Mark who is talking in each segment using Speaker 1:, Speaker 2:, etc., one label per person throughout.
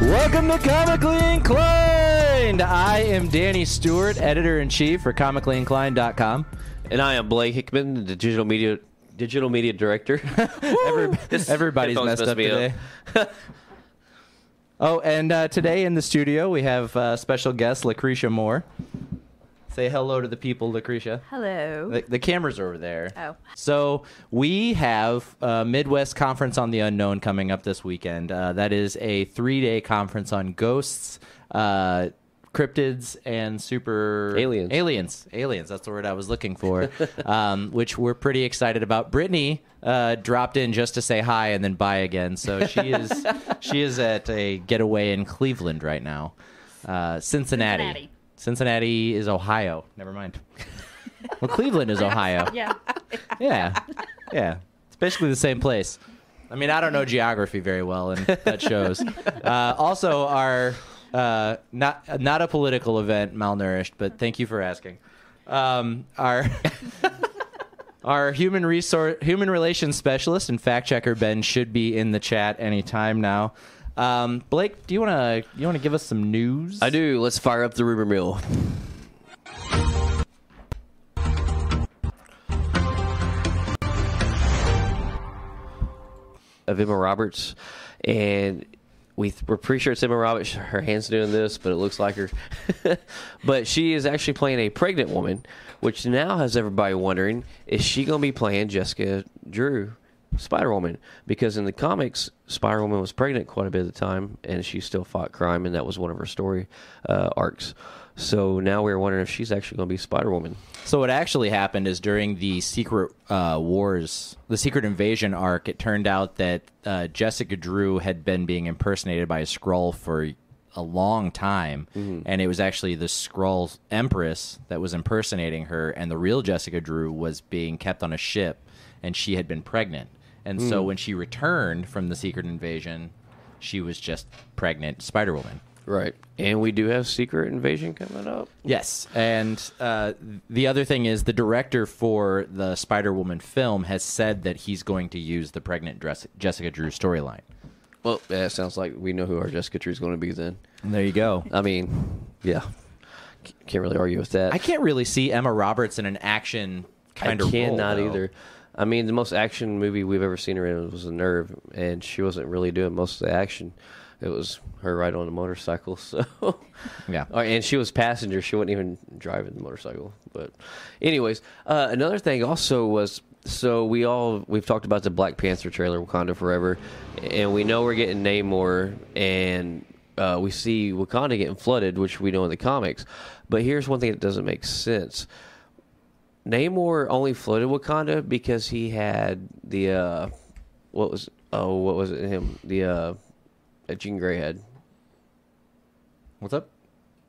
Speaker 1: Welcome to Comically Inclined. I am Danny Stewart, editor in chief for comicallyinclined.com.
Speaker 2: And I am Blake Hickman, the digital media digital media director.
Speaker 1: Every, everybody's messed
Speaker 2: headphones messed
Speaker 1: up
Speaker 2: me up.
Speaker 1: today. oh, and uh, today in the studio we have uh, special guest Lucretia Moore. Say hello to the people, Lucretia.
Speaker 3: Hello.
Speaker 1: The, the cameras are over there.
Speaker 3: Oh.
Speaker 1: So we have uh, Midwest Conference on the Unknown coming up this weekend. Uh, that is a three-day conference on ghosts, uh, cryptids, and super
Speaker 2: Aliens.
Speaker 1: Aliens. Aliens. That's the word I was looking for. um, which we're pretty excited about. Brittany uh, dropped in just to say hi and then bye again. So she is she is at a getaway in Cleveland right now. Uh, Cincinnati.
Speaker 3: Cincinnati.
Speaker 1: Cincinnati is Ohio. Never mind. Well, Cleveland is Ohio.
Speaker 3: yeah.
Speaker 1: Yeah. Yeah. It's basically the same place. I mean, I don't know geography very well, and that shows. Uh, also, our uh, not not a political event, malnourished, but thank you for asking. Um, our our human resource human relations specialist and fact checker Ben should be in the chat anytime now. Um, Blake, do you wanna you wanna give us some news?
Speaker 2: I do. Let's fire up the rumor mill. Of Emma Roberts, and we we're pretty sure it's Emma Roberts. Her hand's doing this, but it looks like her. but she is actually playing a pregnant woman, which now has everybody wondering: Is she going to be playing Jessica Drew, Spider Woman? Because in the comics, Spider Woman was pregnant quite a bit of the time, and she still fought crime, and that was one of her story uh, arcs. So now we're wondering if she's actually going to be Spider Woman.
Speaker 1: So what actually happened is during the Secret uh, Wars, the Secret Invasion arc, it turned out that uh, Jessica Drew had been being impersonated by a Skrull for a long time, and it was actually the Skrull Empress that was impersonating her, and the real Jessica Drew was being kept on a ship, and she had been pregnant, and so when she returned from the Secret Invasion, she was just pregnant Spider Woman.
Speaker 2: Right. And we do have Secret Invasion coming up.
Speaker 1: Yes, and uh, the other thing is the director for the Spider Woman film has said that he's going to use the pregnant dress- Jessica Drew storyline.
Speaker 2: Well, yeah, it sounds like we know who our Jessica Drew is going to be then.
Speaker 1: There you go.
Speaker 2: I mean, yeah, C- can't really argue with that.
Speaker 1: I can't really see Emma Roberts in an action kind
Speaker 2: I
Speaker 1: of
Speaker 2: cannot
Speaker 1: role, though.
Speaker 2: either. I mean, the most action movie we've ever seen her in was The Nerve, and she wasn't really doing most of the action. It was her ride on a motorcycle, so
Speaker 1: Yeah.
Speaker 2: Or- Oh, and she was passenger; she wasn't even driving the motorcycle. But, anyways, uh, another thing also was so we all we've talked about the Black Panther trailer, Wakanda Forever, and we know we're getting Namor, and uh, we see Wakanda getting flooded, which we know in the comics. But here's one thing that doesn't make sense. Namor only floated Wakanda because he had the uh what was oh what was it him the uh that Jean Grey had
Speaker 1: What's up?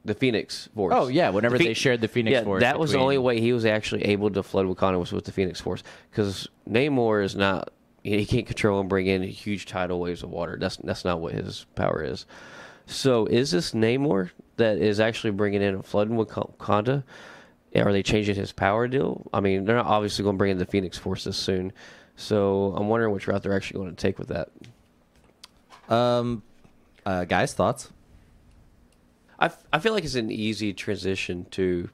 Speaker 2: the Phoenix Force.
Speaker 1: Oh, yeah, whenever
Speaker 2: The
Speaker 1: they shared the Phoenix
Speaker 2: yeah,
Speaker 1: Force
Speaker 2: that was the
Speaker 1: between-
Speaker 2: only way he was actually able to flood Wakanda was with the Phoenix Force because Namor is not he he can't control and bring in huge tidal waves of water. That's that's not what his power is. So is this Namor that is actually bringing in and flooding Wak- Wakanda? Are they changing his power deal? I mean, they're not obviously going to bring in the Phoenix Force this soon. So I'm wondering which route they're actually going to take with that.
Speaker 1: Um, uh, guys, thoughts?
Speaker 2: I, f- I feel like it's an easy transition to.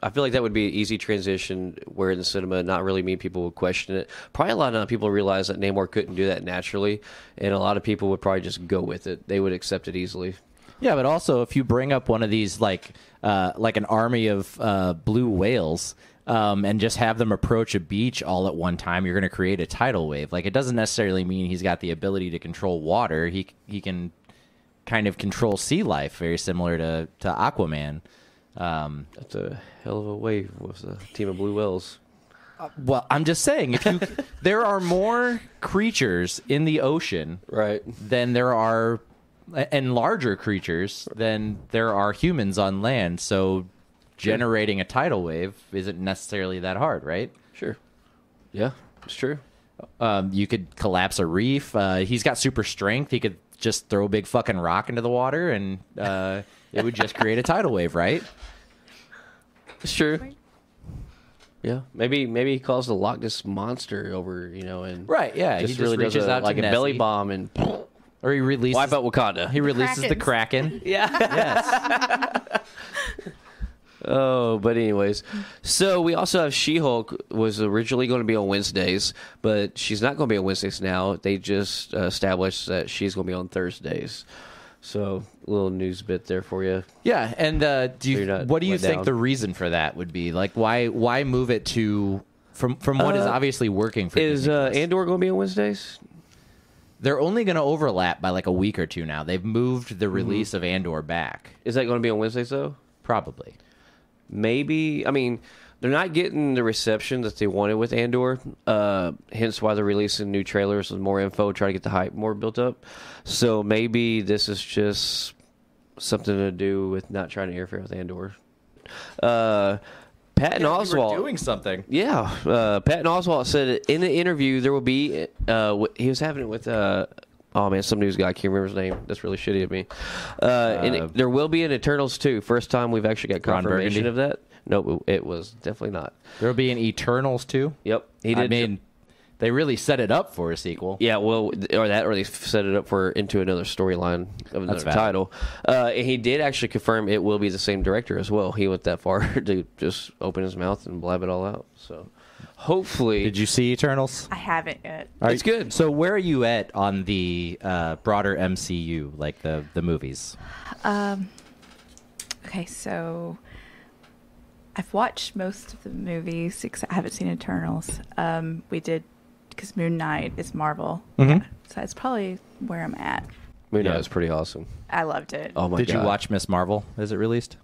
Speaker 2: I feel like that would be an easy transition where in the cinema, not really many people would question it. Probably a lot of people realize that Namor couldn't do that naturally, and a lot of people would probably just go with it. They would accept it easily.
Speaker 1: Yeah, but also if you bring up one of these like uh, like an army of uh, blue whales um, and just have them approach a beach all at one time, you're going to create a tidal wave. Like it doesn't necessarily mean he's got the ability to control water. He he can kind of control sea life, very similar to to Aquaman. Um,
Speaker 2: That's a hell of a wave with a team of blue whales.
Speaker 1: well, I'm just saying, if you there are more creatures in the ocean
Speaker 2: Right.
Speaker 1: than there are and larger creatures than there are humans on land so generating a tidal wave isn't necessarily that hard right
Speaker 2: Sure. Yeah, it's true.
Speaker 1: um, you could collapse a reef uh, he's got super strength he could just throw a big fucking rock into the water and uh, it would just create a tidal wave right
Speaker 2: It's true. Yeah, maybe maybe he calls the Loch Ness monster over, you know, and
Speaker 1: Right, yeah,
Speaker 2: just
Speaker 1: he just
Speaker 2: really does
Speaker 1: reaches
Speaker 2: a,
Speaker 1: out to
Speaker 2: like a belly
Speaker 1: Nessie.
Speaker 2: bomb and
Speaker 1: Or he releases.
Speaker 2: Wipe out Wakanda.
Speaker 1: He releases the
Speaker 3: Krakens.
Speaker 1: Kraken.
Speaker 2: Yeah.
Speaker 1: Yes.
Speaker 2: Oh, but anyways, so we also have She-Hulk was originally going to be on Wednesdays, but she's not going to be on Wednesdays now. They just uh, established that she's going to be on Thursdays. So, little news bit there for you.
Speaker 1: yeah. And uh, do
Speaker 2: So
Speaker 1: you?
Speaker 2: you're not
Speaker 1: what do you
Speaker 2: let
Speaker 1: think
Speaker 2: down.
Speaker 1: the reason for that would be? Like, why? Why move it to from from what is obviously working for?
Speaker 2: Is
Speaker 1: Disney
Speaker 2: uh,
Speaker 1: Plus?
Speaker 2: Andor going to be on Wednesdays?
Speaker 1: they're only going to overlap by like a week or two now. They've moved the release of Andor back,
Speaker 2: Is that going to be on Wednesdays though?
Speaker 1: probably.
Speaker 2: Maybe. I mean, they're not getting the reception that they wanted with Andor. Uh, hence why they're releasing new trailers with more info, try to get the hype more built up. So maybe this is just something to do with not trying to interfere with Andor. Uh, Patton Oswalt
Speaker 1: something.
Speaker 2: Yeah, uh, Patton Oswalt said in the interview there will be. Uh, w- he was having it with. Uh, oh man, some news guy. I can't remember his name. That's really shitty of me. Uh, and it- there will be an Eternals too. First time we've actually got
Speaker 1: Ron
Speaker 2: confirmation
Speaker 1: Burgundy?
Speaker 2: of that. Nope, it was definitely not.
Speaker 1: There'll be an Eternals too.
Speaker 2: Yep, he
Speaker 1: I mean, they really set it up for a sequel.
Speaker 2: Yeah, well, or that, or they set it up for into another storyline of another
Speaker 1: That's valid.
Speaker 2: title. Uh, and he did actually confirm it will be the same director as well. He went that far to just open his mouth and blab it all out. So, hopefully,
Speaker 1: Did you see Eternals?
Speaker 3: I haven't yet.
Speaker 1: Are
Speaker 2: It's
Speaker 1: you-
Speaker 2: good.
Speaker 1: So where are you at on the uh, broader MCU, like the the movies?
Speaker 3: Um, okay, so I've watched most of the movies. Except I haven't seen Eternals. Um, we did because Moon Knight is Marvel,
Speaker 2: Mm-hmm.
Speaker 1: Mhm.
Speaker 3: so that's probably where I'm at.
Speaker 2: Moon Knight
Speaker 1: Yeah.
Speaker 2: was pretty awesome.
Speaker 3: I loved it.
Speaker 2: Oh my
Speaker 1: Did
Speaker 2: god!
Speaker 1: you watch Miss Marvel? Is it released?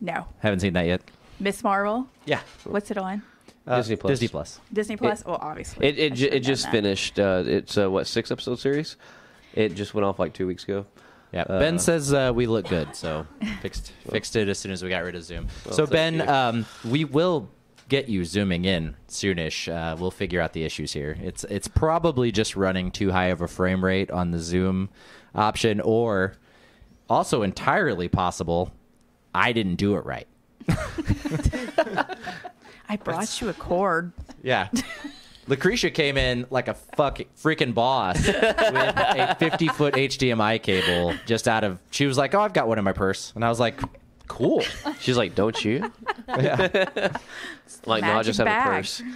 Speaker 3: No,
Speaker 1: Haven't seen that yet.
Speaker 3: Miss Marvel.
Speaker 1: Yeah,
Speaker 3: What's it on?
Speaker 2: Disney Plus.
Speaker 1: Disney Plus.
Speaker 3: Disney Plus. well, obviously.
Speaker 2: It it,
Speaker 3: I
Speaker 2: ju-
Speaker 3: should've
Speaker 2: it
Speaker 3: done
Speaker 2: just
Speaker 3: that.
Speaker 2: finished. Uh, it's uh, what six episode series. It just went off like two weeks ago.
Speaker 1: Yeah,
Speaker 2: Uh,
Speaker 1: Ben says uh, we look good, so fixed fixed it as soon as we got rid of Zoom. so
Speaker 2: thank
Speaker 1: Ben,
Speaker 2: you.
Speaker 1: um, we will get you zooming in soonish. Uh, we'll figure out the issues here. It's it's probably just running too high of a frame rate on the Zoom option, or also entirely possible I didn't do it right.
Speaker 3: I brought you a cord.
Speaker 1: Yeah. Lucretia came in like a fuck freaking boss with a 50 foot HDMI cable just out of. She was like, Oh, I've got one in my purse. And I was like, Cool.
Speaker 2: She's like, "Don't you?" like, no, I
Speaker 3: Magic
Speaker 2: just have
Speaker 3: bag.
Speaker 2: a purse.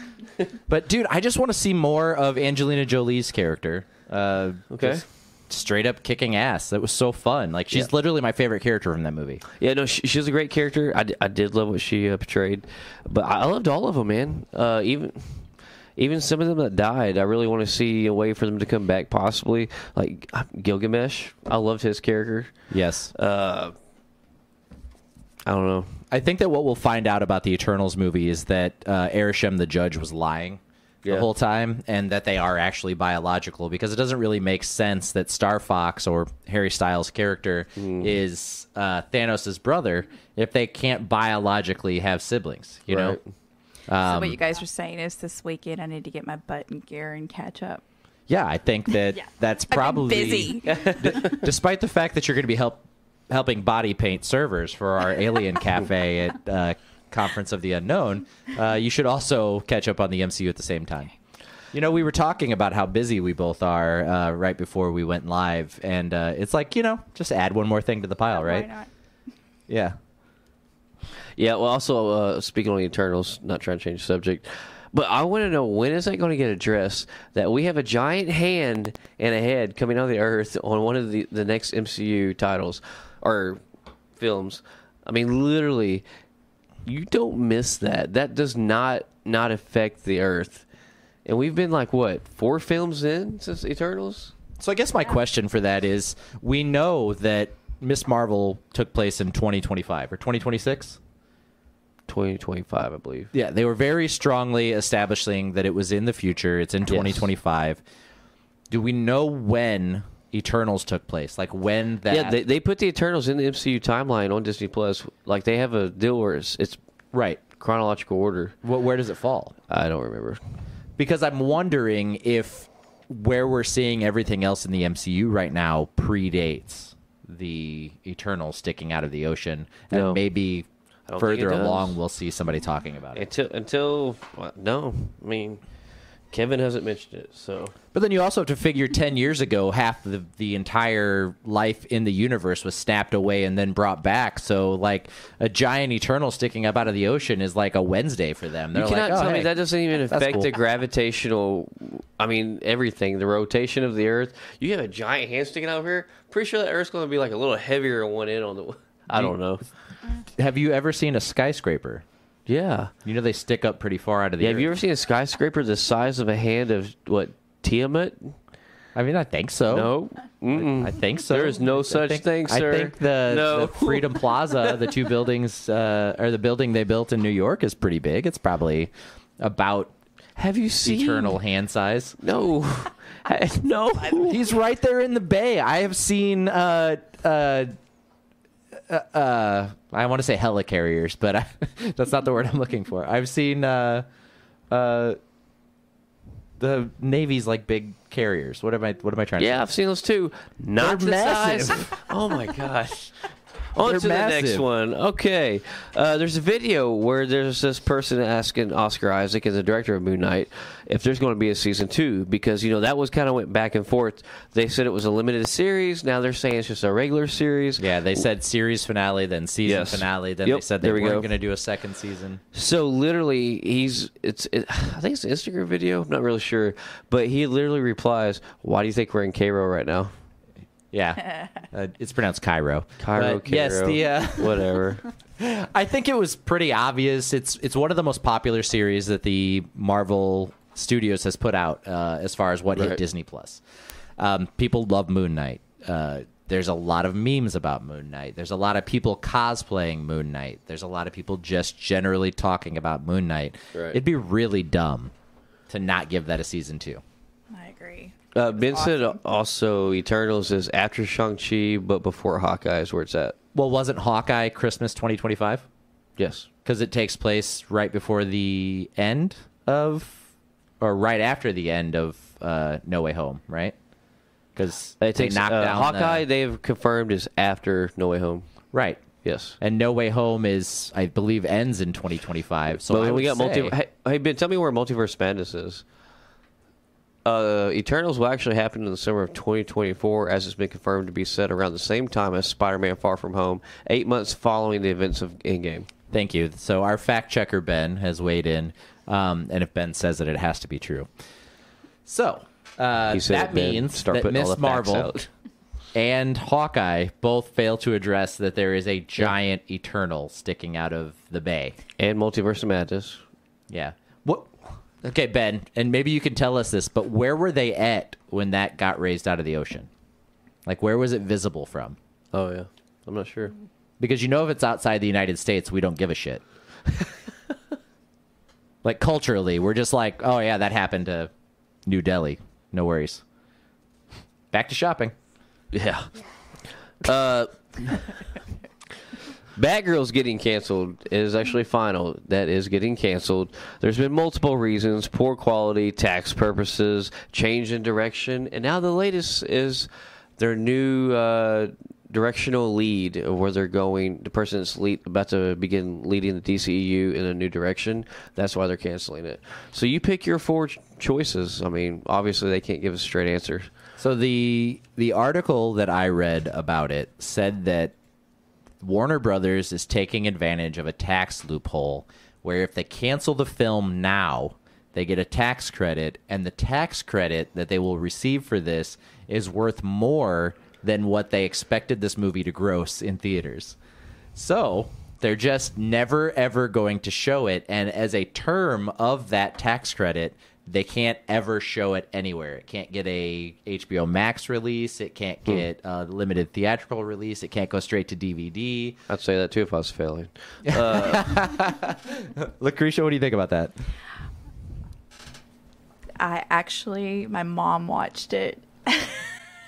Speaker 1: But dude, I just want to see more of Angelina Jolie's character. Uh,
Speaker 2: Okay.
Speaker 1: just Straight up kicking ass. That was so fun. Like, she's
Speaker 2: Yeah.
Speaker 1: literally my favorite character from that movie.
Speaker 2: Yeah, no, she, she's a great character. I, d- I did love what she uh, portrayed, but I I loved all of them, man. Uh, even even some of them that died, I really want to see a way for them to come back, possibly. Like uh, Gilgamesh, I loved his character.
Speaker 1: Yes.
Speaker 2: Uh, I don't know.
Speaker 1: I think that what we'll find out about the Eternals movie is that uh, Ereshkigal the judge was lying
Speaker 2: Yeah.
Speaker 1: the whole time, and that they are actually biological because it doesn't really make sense that Star Fox or Harry Styles' character
Speaker 2: Hmm.
Speaker 1: is uh, Thanos' brother if they can't biologically have siblings. You
Speaker 2: Right.
Speaker 1: know.
Speaker 3: so
Speaker 1: Um,
Speaker 3: what you guys were saying is this weekend I need to get my butt in gear and catch up.
Speaker 1: yeah, I think that that's probably
Speaker 3: busy.
Speaker 1: despite the fact that you're going to be help, helping body paint servers for our alien cafe at uh, conference of the unknown uh, you should also catch up on the mcu at the same time you know we were talking about how busy we both are uh, right before we went live and uh, it's like you know just add one more thing to the pile right
Speaker 3: Why not?
Speaker 1: yeah
Speaker 2: Yeah. Well, also uh, speaking on the Eternals, not trying to change the subject, but I want to know when is that going to get addressed that we have a giant hand and a head coming out of the earth on one of the the next MCU titles or films. I mean, literally, you don't miss that. That does not not affect the Earth. And we've been like what four films in since Eternals.
Speaker 1: so i guess my question for that is we know that miss marvel took place in 2025 or 2026
Speaker 2: Twenty twenty five, I believe.
Speaker 1: Yeah, they were very strongly establishing that it was in the future. It's in 2025. Do we know when Eternals took place? Like when that?
Speaker 2: Yeah, they, they put the Eternals in the MCU timeline on Disney Plus. Like they have a deal where it's, it's
Speaker 1: right.
Speaker 2: chronological order.
Speaker 1: What, where does it fall?
Speaker 2: I don't remember.
Speaker 1: Because I'm wondering if where we're seeing everything else in the MCU right now predates the Eternals sticking out of the ocean, and
Speaker 2: No.
Speaker 1: maybe
Speaker 2: don't think it
Speaker 1: further
Speaker 2: does.
Speaker 1: along we'll see somebody talking about it.
Speaker 2: Until until well, no, I mean Kevin hasn't mentioned it, so
Speaker 1: But then you also have to figure 10 years ago, half the, the entire life in the universe was snapped away and then brought back. So, like, a giant eternal sticking up out of the ocean is like a Wednesday for them. They're
Speaker 2: you cannot
Speaker 1: like, oh,
Speaker 2: tell
Speaker 1: hey.
Speaker 2: me that doesn't even
Speaker 1: That's
Speaker 2: affect
Speaker 1: cool.
Speaker 2: the gravitational. I mean, everything, the rotation of the Earth. You have a giant hand sticking out here. Pretty sure that Earth's going to be like a little heavier on one end on the. I don't know.
Speaker 1: Have you ever seen a skyscraper?
Speaker 2: Yeah.
Speaker 1: You know, they stick up pretty far out of the
Speaker 2: yeah have you
Speaker 1: earth.
Speaker 2: ever seen a skyscraper the size of a hand of what Tiamat?
Speaker 1: I mean, I think so.
Speaker 2: No. Mm-mm.
Speaker 1: I think so.
Speaker 2: There is no
Speaker 1: I
Speaker 2: such
Speaker 1: think-
Speaker 2: thing, sir.
Speaker 1: I think the,
Speaker 2: No.
Speaker 1: the Freedom Plaza, the two buildings, uh, or the building they built in New York, is pretty big. It's probably about
Speaker 2: Have you seen
Speaker 1: eternal hand size.
Speaker 2: No. no.
Speaker 1: He's right there in the bay. I have seen. Uh, uh, uh, uh, I want to say helicarriers, but I, that's not the word I'm looking for. I've seen uh, uh, the Navy's like big carriers. What am I? What am I trying
Speaker 2: Yeah,
Speaker 1: to?
Speaker 2: I've seen those too. Not
Speaker 1: They're
Speaker 2: the
Speaker 1: massive.
Speaker 2: size. Oh my gosh. On
Speaker 1: They're
Speaker 2: to the next
Speaker 1: massive.
Speaker 2: one. Okay. Uh, there's a video where there's this person asking Oscar Isaac, as the director of Moon Knight, if there's going to be a season two, because, you know, that was kind of went back and forth. They said it was a limited series. Now they're saying it's just a regular series.
Speaker 1: Yeah, they said series finale, then season
Speaker 2: Yes.
Speaker 1: finale, then
Speaker 2: Yep,
Speaker 1: they said they
Speaker 2: there we
Speaker 1: weren't
Speaker 2: go.
Speaker 1: going to do a second season.
Speaker 2: So literally, he's it's it, I think it's an Instagram video. I'm not really sure, but he literally replies, "Why do you think we're in Cairo right now?
Speaker 1: Yeah, uh, it's pronounced Cairo.
Speaker 2: Cairo,
Speaker 1: But
Speaker 2: Cairo,
Speaker 1: Yes, the uh,
Speaker 2: whatever."
Speaker 1: I think it was pretty obvious. It's it's one of the most popular series that the Marvel Studios has put out uh, as far as what
Speaker 2: Right.
Speaker 1: hit Disney Plus. Um, people love Moon Knight. Uh, there's a lot of memes about Moon Knight. There's a lot of people cosplaying Moon Knight. There's a lot of people just generally talking about Moon Knight.
Speaker 2: Right.
Speaker 1: It'd be really dumb to not give that a season two.
Speaker 3: I agree.
Speaker 2: Uh, ben said
Speaker 3: awesome.
Speaker 2: also Eternals is after Shang Chi, but before Hawkeye is where it's at.
Speaker 1: Well, wasn't Hawkeye Christmas 2025?
Speaker 2: Yes,
Speaker 1: because it takes place right before the end of, or right after the end of uh, No Way Home, right? Because
Speaker 2: it takes
Speaker 1: they knocked
Speaker 2: uh,
Speaker 1: down
Speaker 2: Hawkeye.
Speaker 1: the-
Speaker 2: They've confirmed is after No Way Home.
Speaker 1: right?
Speaker 2: Yes,
Speaker 1: And No Way Home is, I believe, ends in 2025. So
Speaker 2: but
Speaker 1: I
Speaker 2: when we got
Speaker 1: would
Speaker 2: multi.
Speaker 1: say-
Speaker 2: Hey, hey, Ben, tell me where Multiverse Madness is. Uh, Eternals will actually happen in the summer of 2024, as it's been confirmed to be set around the same time as Spider-Man: Far From Home, eight months following the events of Endgame.
Speaker 1: Thank you. So our fact checker Ben has weighed in, um, and if Ben says it, it has to be true. So uh,
Speaker 2: He said
Speaker 1: that
Speaker 2: it, Ben.
Speaker 1: means
Speaker 2: Start
Speaker 1: that
Speaker 2: putting all
Speaker 1: Miss
Speaker 2: the facts
Speaker 1: Marvel
Speaker 2: out.
Speaker 1: and Hawkeye both fail to address that there is a giant eternal sticking out of the bay.
Speaker 2: and Multiverse of Madness.
Speaker 1: Yeah. What? Okay, Ben, and maybe you can tell us this, but where were they at when that got raised out of the ocean? Like, where was it visible from?
Speaker 2: Oh yeah, I'm not sure.
Speaker 1: Because you know, if it's outside the United States, we don't give a shit. like culturally, we're just like, oh yeah, that happened to New Delhi. No worries. Back to shopping.
Speaker 2: Yeah. Uh, Batgirl's getting canceled is actually final. That is getting canceled. There's been multiple reasons: poor quality, tax purposes, change in direction, and now the latest is their new uh, directional lead of where they're going. The person that's lead, about to begin leading the DCEU in a new direction. That's why they're canceling it. So you pick your four ch- choices. I mean, obviously they can't give a straight answer.
Speaker 1: So the the article that I read about it said that Warner Brothers is taking advantage of a tax loophole where if they cancel the film now, they get a tax credit and the tax credit that they will receive for this is worth more than what they expected this movie to gross in theaters. So they're just never ever going to show it. And as a term of that tax credit, they can't ever show it anywhere. It can't get a HBO Max release. It can't get a limited theatrical release. It can't go straight to DVD.
Speaker 2: I'd say that too if I was failing.
Speaker 1: Lucretia, what do you think about that?
Speaker 3: I actually, my mom watched it.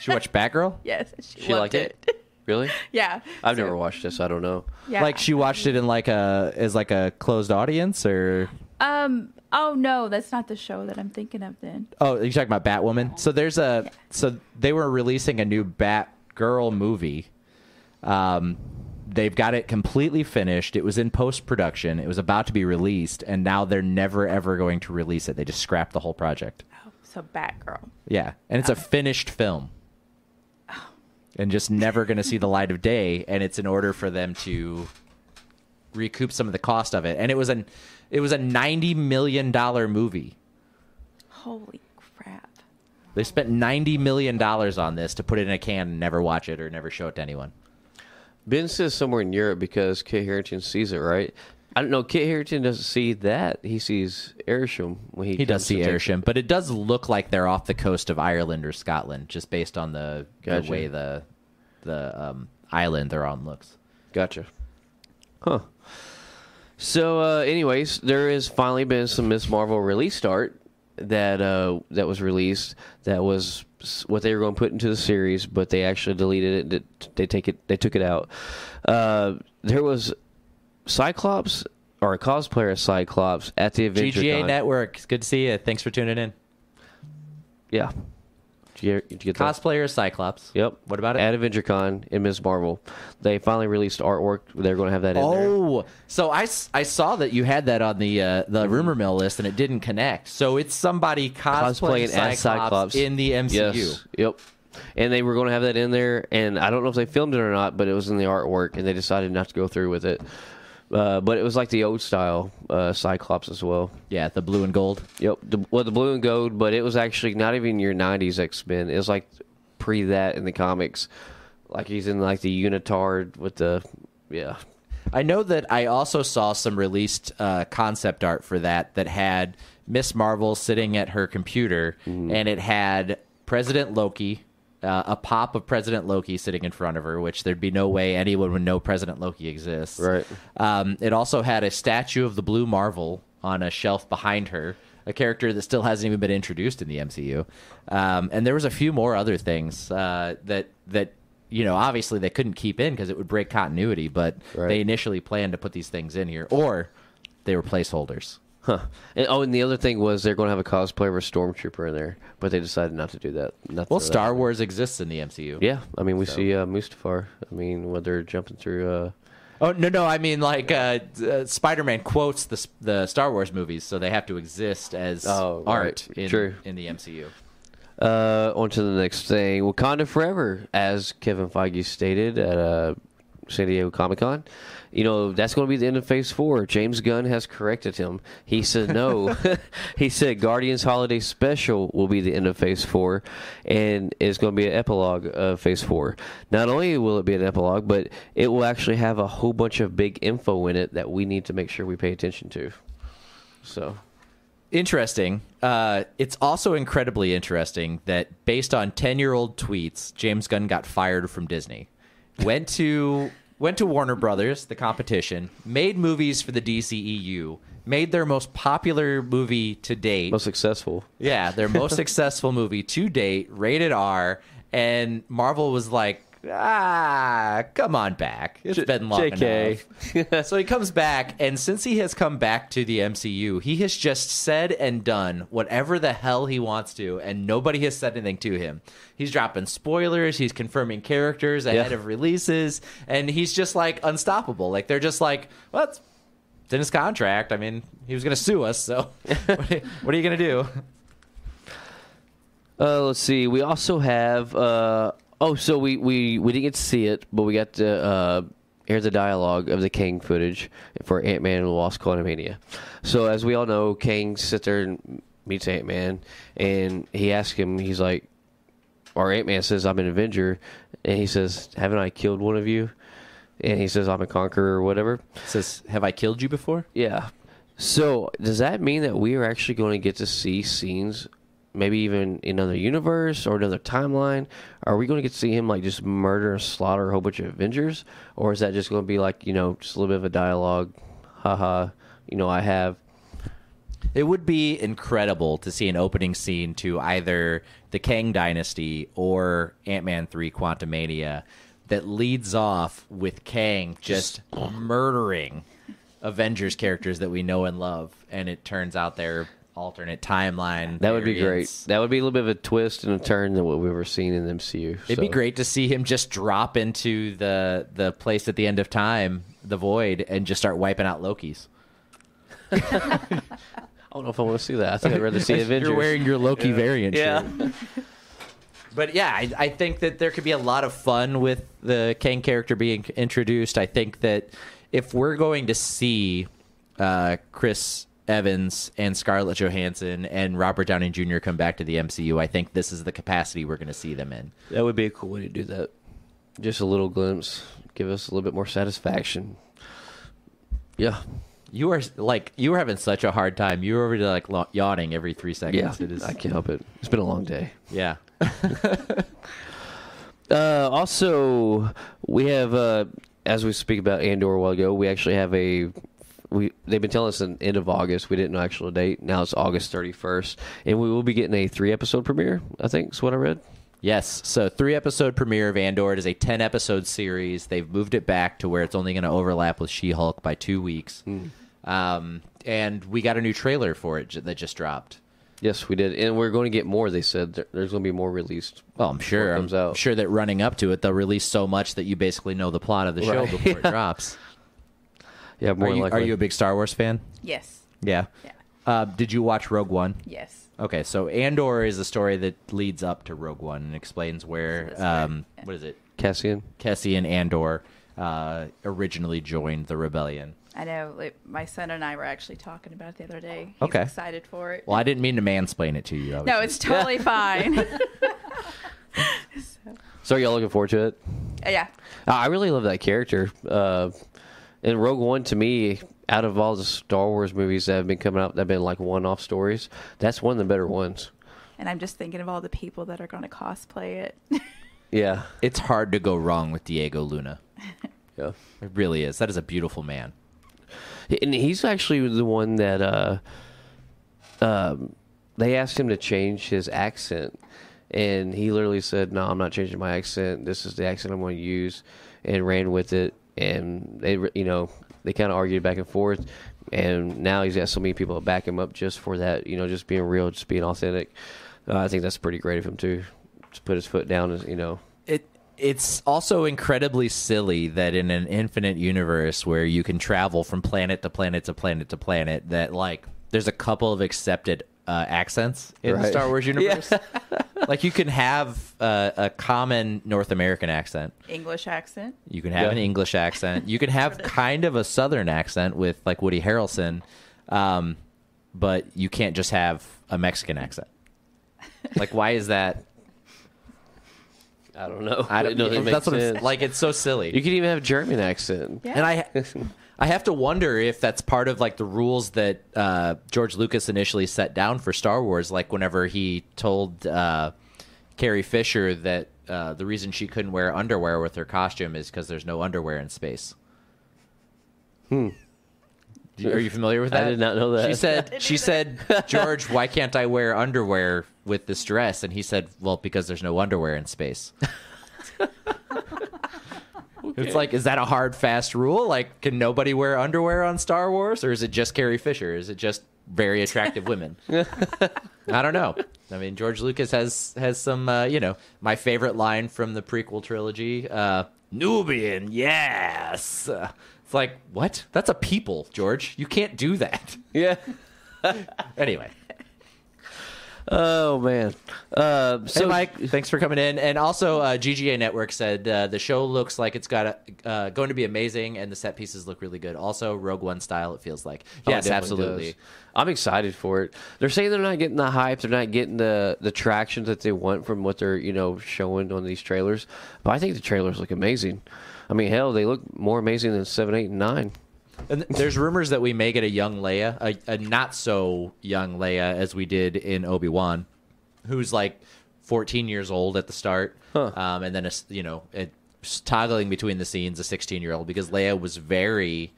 Speaker 1: She watched Batgirl.
Speaker 3: Yes, she,
Speaker 2: She liked
Speaker 3: loved it.
Speaker 2: it? Really?
Speaker 3: yeah,
Speaker 2: I've
Speaker 3: So,
Speaker 2: never watched this. I don't know.
Speaker 3: Yeah.
Speaker 1: Like she watched it in like a as like a closed audience or
Speaker 3: Um. Oh no, that's not the show that I'm thinking of. Then.
Speaker 1: Oh, you're talking about Batwoman. So there's a so they were releasing a new Batgirl movie. Um, They've got it completely finished. It was in post production. It was about to be released, and now they're never ever going to release it. They just scrapped the whole project.
Speaker 3: Oh, so Batgirl.
Speaker 1: Yeah, and it's a finished film, and just never going to see the light of day. And it's in order for them to recoup some of the cost of it. And it was an it was a ninety million dollar movie.
Speaker 3: Holy crap.
Speaker 1: They spent ninety million dollars on this to put it in a can and never watch it or never show it to anyone.
Speaker 2: Ben says somewhere in Europe because Kit Harrington sees it, right? I don't know. Kit Harrington doesn't see that. He sees Airsham when he
Speaker 1: He does
Speaker 2: comes to
Speaker 1: see
Speaker 2: take-
Speaker 1: Ayrsham, but it does look like they're off the coast of Ireland or Scotland, just based on the,
Speaker 2: Gotcha.
Speaker 1: the way the the um, island they're on looks.
Speaker 2: Gotcha. Huh. So, uh, anyways, there has finally been some Miss Marvel release art that uh, that was released. That was s- what they were going to put into the series, but they actually deleted it. They- They take it. They took it out. Uh, there was Cyclops or a cosplayer of Cyclops at the Adventure
Speaker 1: GGA
Speaker 2: Con.
Speaker 1: Network, it's good to see you. Thanks for tuning in.
Speaker 2: Yeah. Did you, did you get that?
Speaker 1: Cosplayer Cyclops.
Speaker 2: Yep.
Speaker 1: What about it?
Speaker 2: At AdventureCon in Ms. Marvel, they finally released artwork. They're going to have that in there.
Speaker 1: Oh, so I, s- I saw that you had that on the uh,
Speaker 2: Mm-hmm.
Speaker 1: the rumor mill list and it didn't connect. So it's somebody cosplaying,
Speaker 2: cosplaying as
Speaker 1: Cyclops,
Speaker 2: Cyclops
Speaker 1: in the MCU.
Speaker 2: Yes. Yep. And they were going to have that in there, and I don't know if they filmed it or not, but it was in the artwork, and they decided not to go through with it. Uh, but it was like the old style uh, Cyclops as well.
Speaker 1: Yeah, the blue and gold.
Speaker 2: Yep. The, well, the blue and gold, but it was actually not even your '90s X Men. It was like pre that in the comics, like he's in like the unitard with the yeah.
Speaker 1: I know that I also saw some released uh, concept art for that that had Miss Marvel sitting at her computer, and it had President Loki, uh, a pop of President Loki sitting in front of her, which there'd be no way anyone would know President Loki exists.
Speaker 2: Right.
Speaker 1: Um, it also had a statue of the Blue Marvel on a shelf behind her, a character that still hasn't even been introduced in the MCU. Um, and there was a few more other things uh, that that you know obviously they couldn't keep in because it would break continuity, but
Speaker 2: Right.
Speaker 1: they initially planned to put these things in here, or they were placeholders.
Speaker 2: Huh. And, oh, and the other thing was they're going to have a cosplay of a stormtrooper in there, but they decided not to do that. Not to
Speaker 1: Well,
Speaker 2: throw that
Speaker 1: Star
Speaker 2: in there.
Speaker 1: Wars exists in the MCU.
Speaker 2: Yeah, I mean we see uh, Mustafar. I mean when they're jumping through. Uh,
Speaker 1: Oh no, no, I mean like uh, uh, Spider-Man quotes the s- the Star Wars movies, so they have to exist as
Speaker 2: Oh,
Speaker 1: art
Speaker 2: right.
Speaker 1: in
Speaker 2: True.
Speaker 1: in the MCU.
Speaker 2: uh, on to the next thing, Wakanda Forever, as Kevin Feige stated at uh, San Diego Comic Con. You know that's going to be the end of Phase Four. James Gunn has corrected him. He said no. he said Guardians Holiday Special will be the end of Phase Four, and it's going to be an epilogue of Phase Four. Not only will it be an epilogue, but it will actually have a whole bunch of big info in it that we need to make sure we pay attention to. So.
Speaker 1: interesting. Uh, it's also incredibly interesting that based on ten-year-old tweets, James Gunn got fired from Disney, went to went to Warner Brothers, the competition, made movies for the DCEU, made their most popular movie to date,
Speaker 2: most successful.
Speaker 1: yeah, their most successful movie to date, rated R, and Marvel was like, ah, come on back. It's
Speaker 2: J-
Speaker 1: been long
Speaker 2: JK.
Speaker 1: enough. so he comes back, and since he has come back to the MCU, he has just said and done whatever the hell he wants to, and nobody has said anything to him. He's dropping spoilers, he's confirming characters ahead of releases, and he's just like unstoppable. Like they're just like, well, it's, it's in his contract. I mean, he was going to sue us, so what are- what are you going to do?
Speaker 2: Uh, let's see. We also have. Uh, oh, so we, we we didn't get to see it, but we got to uh, hear the dialogue of the Kang footage for Ant Man and the Wasp: Quantumania. So as we all know, Kang sits there and meets Ant Man, and he asks him. He's like, or Ant Man says, "I'm an Avenger," and he says, "Haven't I killed one of you?" And he says, "I'm a conqueror," or whatever.
Speaker 1: Says, "Have I killed you before?"
Speaker 2: Yeah. So does that mean that we are actually going to get to see scenes, maybe even in another universe or another timeline? Are we going to get to see him like just murder and slaughter a whole bunch of Avengers, or is that just going to be like you know just a little bit of a dialogue? Haha. You know I have.
Speaker 1: It would be incredible to see an opening scene to either the Kang Dynasty or Ant Man Three: Quantumania that leads off with Kang just murdering Avengers characters that we know and love, and it turns out they're alternate timeline.
Speaker 2: That would be great.
Speaker 1: variants.
Speaker 2: That would be a little bit of a twist and a turn than what we've ever seen in the MCU.
Speaker 1: It'd be
Speaker 2: so.
Speaker 1: great to see him just drop into the the place at the end of time, the void, and just start wiping out Loki's.
Speaker 2: I don't know if I want to see that. I think I'd rather see Avengers.
Speaker 1: You're wearing your Loki variant
Speaker 2: yeah.
Speaker 1: shirt. But yeah, I, I think that there could be a lot of fun with the Kang character being introduced. I think that if we're going to see uh, Chris Evans and Scarlett Johansson and Robert Downey Jr. come back to the MCU, I think this is the capacity we're going to see them in.
Speaker 2: That would be a cool way to do that. Just a little glimpse, give us a little bit more satisfaction. Yeah,
Speaker 1: You are like you were having such a hard time. You were already like lo- yawning every three
Speaker 2: yeah.
Speaker 1: seconds. It is.
Speaker 2: I can't help it. It's been a long day.
Speaker 1: Yeah.
Speaker 2: Uh, also, we have uh, as we speak about Andor a while ago, we actually have a. We, they've been telling us an end of August. We didn't know actual date. Now it's August 31st, and we will be getting a three episode premiere. I think is what I read.
Speaker 1: Yes. So three episode premiere of Andor. It is a ten episode series. They've moved it back to where it's only going to overlap with She Hulk by two weeks.
Speaker 2: Hmm.
Speaker 1: Um, and we got a new trailer for it j- that just dropped.
Speaker 2: Yes, we did, and we're going to get more. They said There- there's going to be more released.
Speaker 1: Well, I'm
Speaker 2: Before
Speaker 1: sure.
Speaker 2: it
Speaker 1: I'm
Speaker 2: comes out.
Speaker 1: sure that running up to it, they'll release so much that you basically know the plot of the show
Speaker 2: Right.
Speaker 1: before it drops.
Speaker 2: Yeah, more
Speaker 1: are, you,
Speaker 2: likely.
Speaker 1: are you a big Star Wars fan?
Speaker 3: Yes.
Speaker 1: Yeah.
Speaker 3: Yeah.
Speaker 1: Uh, did you watch Rogue One?
Speaker 3: Yes.
Speaker 1: Okay, so Andor is the story that leads up to Rogue One and explains where,
Speaker 3: So that's right.
Speaker 1: um,
Speaker 3: Yeah.
Speaker 1: what is it?
Speaker 2: Cassian?
Speaker 1: Cassian Andor uh, originally joined the rebellion.
Speaker 3: I know. Like, my son and I were actually talking about it the other day. He's
Speaker 1: Okay.
Speaker 3: Excited for it.
Speaker 1: Well, I didn't mean to mansplain it to you. I was
Speaker 3: No,
Speaker 1: just-
Speaker 3: it's totally fine. so,
Speaker 2: So are y'all looking forward to it?
Speaker 3: yeah.
Speaker 2: Uh, I I really love that character. Uh, and Rogue One, to me, out of all the Star Wars movies that have been coming out, that have been like one-off stories, that's one of the better ones.
Speaker 3: And I'm just thinking of all the people that are going to cosplay it.
Speaker 2: Yeah,
Speaker 1: it's hard to go wrong with Diego Luna.
Speaker 2: yeah.
Speaker 1: It really is. That is a beautiful man.
Speaker 2: And he's actually the one that uh, um, they asked him to change his accent, and he literally said, "No, I'm not changing my accent. This is the accent I'm going to use," and ran with it. And they, re- you know, they kind of argued back and forth. And now he's got so many people that back him up just for that, you know, just being real, just being authentic. Uh, I think that's pretty great of him too. Just put his foot down, and, you know.
Speaker 1: It it's also incredibly silly that in an infinite universe where you can travel from planet to planet to planet to planet, that like there's a couple of accepted uh, accents in the
Speaker 2: Right.
Speaker 1: Star Wars universe. like you can have uh, a common North American accent.
Speaker 3: English accent.
Speaker 1: You can have
Speaker 2: Yeah.
Speaker 1: an English accent. You can have kind of a Southern accent with like Woody Harrelson, um, but you can't just have a Mexican accent. Like, why is that?
Speaker 2: I don't know.
Speaker 1: I don't know.
Speaker 2: It doesn't make
Speaker 1: That's what I'm,
Speaker 2: sense.
Speaker 1: like. It's so silly.
Speaker 2: You could even have German accent.
Speaker 3: Yeah.
Speaker 1: and I, I have to wonder if that's part of like the rules that uh, George Lucas initially set down for Star Wars. Like whenever he told uh, Carrie Fisher that uh, the reason she couldn't wear underwear with her costume is because there's no underwear in space. Hmm. Are you familiar with
Speaker 2: I
Speaker 1: that?
Speaker 2: did not know that.
Speaker 1: She said.
Speaker 3: didn't
Speaker 1: She said, George, why can't I wear underwear with this dress? And he said, Well, because there's no underwear in space. It's like, is that a hard, fast rule? Like, can nobody wear underwear on Star Wars, or is it just Carrie Fisher? Is it just very attractive women? I don't know. I mean, George Lucas has has some, uh, you know, my favorite line from the prequel trilogy: uh, "Nubian, yes." Uh, it's like, what? That's a people, George. You can't do that.
Speaker 2: Yeah.
Speaker 1: Anyway,
Speaker 2: Oh man. Uh,
Speaker 1: so
Speaker 2: so
Speaker 1: Mike, thanks for coming in. And also, uh, GGA Network said uh, the show looks like it's got a, uh, going to be amazing, and the set pieces look really good. Also, Rogue One style, it feels like.
Speaker 2: Oh, it
Speaker 1: yes,
Speaker 2: definitely
Speaker 1: absolutely.
Speaker 2: does. I'm excited for it. They're saying they're not getting the hype, they're not getting the the traction that they want from what they're you know showing on these trailers. But I think the trailers look amazing. I mean, hell, they look more amazing than seven, eight, and nine.
Speaker 1: And th- there's rumors that we may get a young Leia, a, a not so young Leia as we did in Obi Wan, who's like 14 years old at the start,
Speaker 2: Huh.
Speaker 1: um, and then a s you know it, s- toggling between the scenes, a 16 year old because Leia was very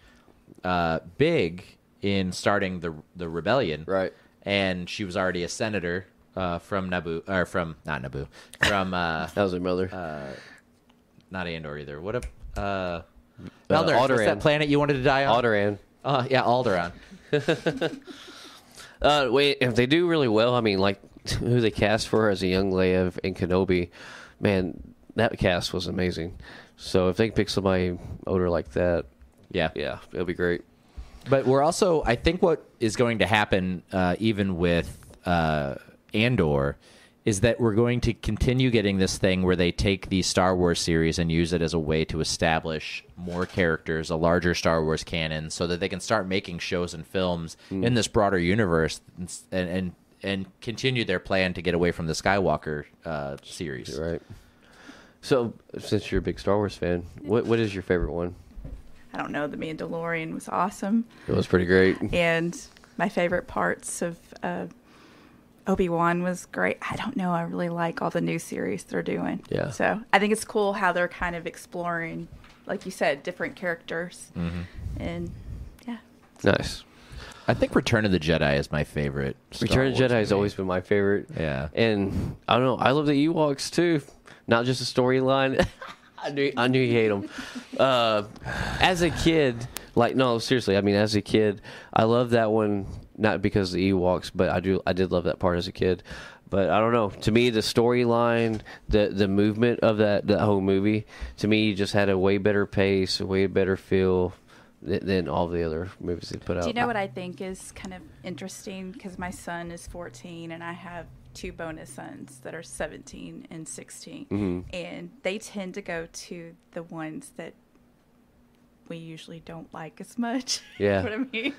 Speaker 1: uh, big in starting the the rebellion,
Speaker 2: Right.
Speaker 1: And she was already a senator uh, from Naboo, or from not Naboo, from uh,
Speaker 2: That was their mother.
Speaker 1: not Andor either. What a uh, Elder, what's
Speaker 2: Alderaan.
Speaker 1: Uh, that planet you wanted to die on?
Speaker 2: Alderaan.
Speaker 1: Uh, yeah, Alderaan.
Speaker 2: Uh, wait, if they do really well, I mean, like who they cast for as a young Leia in Kenobi, man, that cast was amazing. So if they can pick somebody older like that,
Speaker 1: Yeah.
Speaker 2: yeah, it'll be great.
Speaker 1: But we're also, I think, what is going to happen, uh, even with uh, Andor, is that we're going to continue getting this thing where they take the Star Wars series and use it as a way to establish more characters, a larger Star Wars canon, so that they can start making shows and films
Speaker 2: Mm.
Speaker 1: in this broader universe and and and continue their plan to get away from the Skywalker uh, series.
Speaker 2: Right. So since you're a big Star Wars fan, what what is your favorite one?
Speaker 3: I don't know. The Mandalorian was awesome,
Speaker 2: It was pretty great.
Speaker 3: and my favorite parts of uh, Obi Wan was great. I don't know. I really like all the new series they're doing.
Speaker 2: Yeah.
Speaker 3: So I think it's cool how they're kind of exploring, like you said, different characters,
Speaker 1: Mm-hmm.
Speaker 3: and yeah,
Speaker 2: Nice.
Speaker 1: I think Return of the Jedi is my favorite. Star
Speaker 2: Return of the
Speaker 1: Wars
Speaker 2: Jedi has
Speaker 1: movie.
Speaker 2: always been my favorite.
Speaker 1: Yeah.
Speaker 2: And I don't know, I love the Ewoks too. Not just the storyline. I knew I knew you hate them. Uh, as a kid, like no, seriously, I mean as a kid, I love that one not because of the Ewoks, but I do I did love that part as a kid. But I don't know. To me, the storyline, the the movement of that that whole movie, to me, just had a way better pace, a way better feel than, than all the other movies they put out.
Speaker 3: Do you know what I think is kind of interesting? Because my son is 14 and I have two bonus sons that are 17 and 16.
Speaker 2: Mm-hmm.
Speaker 3: And they tend to go to the ones that we usually don't like as much.
Speaker 2: Yeah.
Speaker 3: you know what I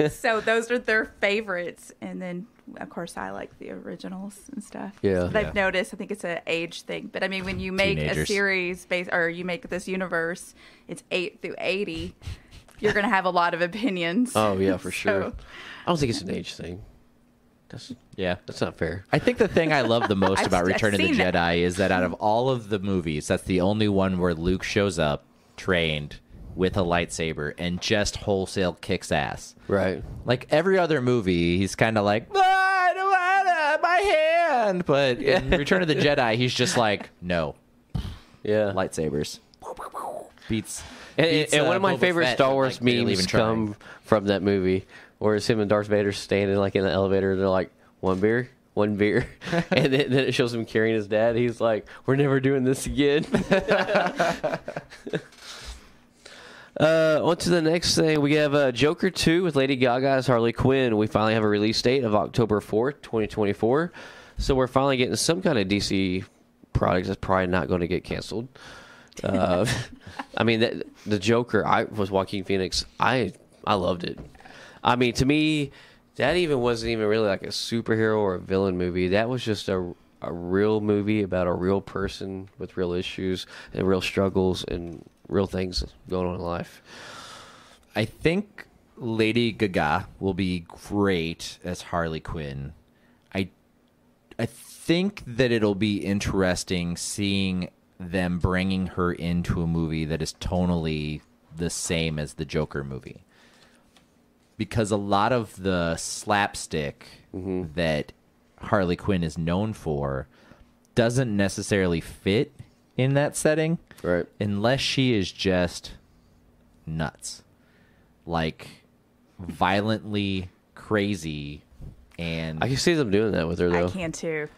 Speaker 3: mean? so those are their favorites. And then, of course, I like the originals and stuff.
Speaker 2: Yeah.
Speaker 3: So I've
Speaker 1: Yeah.
Speaker 3: noticed, I think it's an age thing. But I mean, when you make a
Speaker 1: Teenagers.
Speaker 3: series based, or you make this universe, it's 8 through 80 you're going to have a lot of opinions.
Speaker 2: Oh yeah, for sure.
Speaker 3: So,
Speaker 2: I don't think it's an age thing. That's
Speaker 1: Yeah.
Speaker 2: that's not fair.
Speaker 1: I think the thing I love the most
Speaker 3: I've-
Speaker 1: about Return
Speaker 3: I've
Speaker 1: of the
Speaker 3: seen
Speaker 1: Jedi
Speaker 3: that.
Speaker 1: is that out of all of the movies, that's the only one where Luke shows up trained with a lightsaber and just wholesale kicks ass.
Speaker 2: Right.
Speaker 1: Like every other movie, he's kind of like, "Ah, I don't wanna, my hand. But in Return of the Jedi, he's just like, no,
Speaker 2: Yeah. Like,
Speaker 1: lightsabers. Beats.
Speaker 2: and,
Speaker 1: beats,
Speaker 2: and one
Speaker 1: uh,
Speaker 2: of my
Speaker 1: Boba
Speaker 2: favorite
Speaker 1: Fett,
Speaker 2: Star
Speaker 1: like,
Speaker 2: Wars
Speaker 1: barely
Speaker 2: memes
Speaker 1: even trying.
Speaker 2: come from that movie, where it's him and Darth Vader standing like in the elevator. They're like, one beer, one beer, and then, then it shows him carrying his dad. He's like, we're never doing this again. Uh, on to the next thing. We have uh, Joker 2 with Lady Gaga as Harley Quinn. We finally have a release date of October 4th, 2024. So we're finally getting some kind of DC product that's probably not going to get canceled. Uh, I mean, that, the Joker, I was Joaquin Phoenix. I I loved it. I mean, to me, that even wasn't even really like a superhero or a villain movie. That was just a a real movie about a real person with real issues and real struggles and real things going on in life.
Speaker 1: I think Lady Gaga will be great as Harley Quinn. I I think that it'll be interesting seeing them bringing her into a movie that is tonally the same as the Joker movie. Because a lot of the slapstick that Harley Quinn is known for doesn't necessarily fit in that setting
Speaker 2: Right.
Speaker 1: unless she is just nuts like violently crazy and
Speaker 2: I can see them doing that with her
Speaker 3: I
Speaker 2: though. I,
Speaker 3: can too.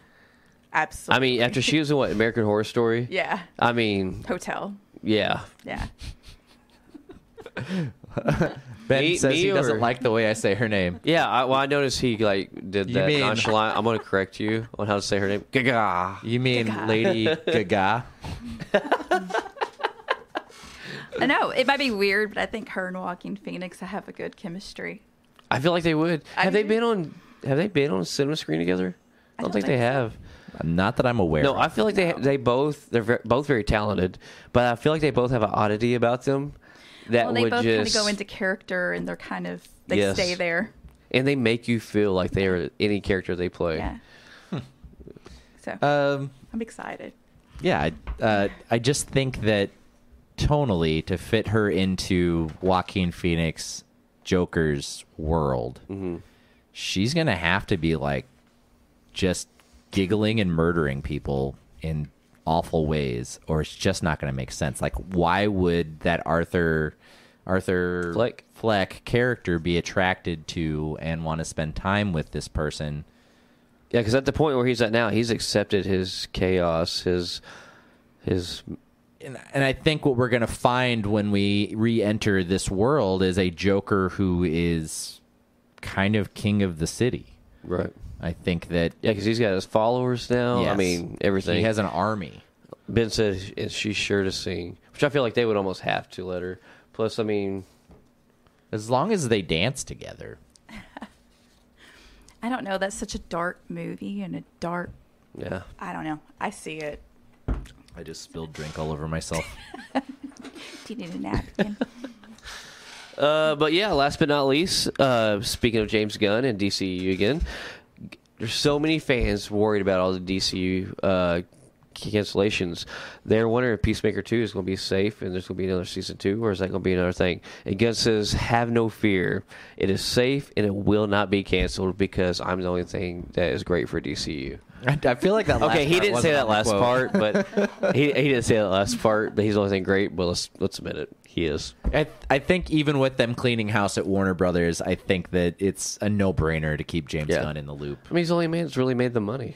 Speaker 3: Absolutely.
Speaker 2: mean, after she was in what American Horror Story.
Speaker 3: yeah,
Speaker 2: I mean,
Speaker 3: hotel.
Speaker 2: yeah.
Speaker 3: Yeah.
Speaker 1: Ben
Speaker 2: Me-
Speaker 1: says
Speaker 2: me
Speaker 1: he doesn't
Speaker 2: or-
Speaker 1: like the way I say her name.
Speaker 2: Yeah, I, well, I noticed he like did
Speaker 1: You
Speaker 2: that
Speaker 1: mean-
Speaker 2: nonchalant. I'm gonna correct you on how to say her name. Gaga.
Speaker 1: You mean
Speaker 3: Gaga.
Speaker 1: Lady Gaga?
Speaker 3: I know it might be weird, but I think her and Walking Phoenix I have a good chemistry.
Speaker 2: I feel like they would.
Speaker 3: I
Speaker 2: have they
Speaker 3: do.
Speaker 2: been on? Have they been on cinema screen together? I don't, think, they
Speaker 3: so.
Speaker 2: have.
Speaker 1: Not that I'm aware.
Speaker 2: No,
Speaker 1: of.
Speaker 2: I feel like they they both they're ver- both very talented, but I feel like they both have an oddity about them that
Speaker 3: well, they
Speaker 2: would
Speaker 3: both kind of
Speaker 2: just
Speaker 3: go into character, and they're kind of they
Speaker 2: Yes.
Speaker 3: stay there.
Speaker 2: and they make you feel like they are any character they Uh, play.
Speaker 3: Yeah. So
Speaker 1: Um,
Speaker 3: I'm excited.
Speaker 1: yeah, I, uh, I just think that tonally to fit her into Joaquin Phoenix Joker's world,
Speaker 2: Mm-hmm.
Speaker 1: she's gonna have to be like just giggling and murdering people in awful ways, or it's just not gonna make sense. Like, why would that Arthur Arthur
Speaker 2: Fleck.
Speaker 1: Fleck character be attracted to and want to spend time with this person.
Speaker 2: Yeah, because at the point where he's at now, he's accepted his chaos, his his
Speaker 1: and, and I think what we're going to find when we re-enter this world is a Joker who is kind of king of the city.
Speaker 2: right.
Speaker 1: I think that
Speaker 2: Yeah, because he's got his followers now. I
Speaker 1: yes,
Speaker 2: mean, everything.
Speaker 1: He has an army.
Speaker 2: Ben said sh- she's sure to sing, which I feel like they would almost have to let her. Plus, I mean,
Speaker 1: As long as they dance together,
Speaker 3: I don't know. That's such a dark movie and a dark.
Speaker 2: yeah,
Speaker 3: I don't know. I see it.
Speaker 1: I just spilled drink all over myself.
Speaker 3: Do you need a napkin?
Speaker 2: Uh, but yeah, last but not least, uh, speaking of James Gunn and DCU again, g- there's so many fans worried about all the DCU uh, cancellations. They're wondering if Peacemaker 2 is going to be safe and there's going to be another season 2, or is that going to be another thing? And Gunn says, Have no fear. It is safe and it will not be canceled because I'm the only thing that is great for DCU.
Speaker 1: I, I feel like that. Last
Speaker 2: Okay, he
Speaker 1: part
Speaker 2: didn't
Speaker 1: wasn't
Speaker 2: say that
Speaker 1: on the
Speaker 2: last
Speaker 1: quote.
Speaker 2: part, but he, he didn't say that last part. But he's the only thing great. But let's let's admit it, he is.
Speaker 1: I, I think even with them cleaning house at Warner Brothers, I think that it's a no-brainer to keep James
Speaker 2: Yeah.
Speaker 1: Gunn in the loop.
Speaker 2: I mean, he's the only man that's really made the money.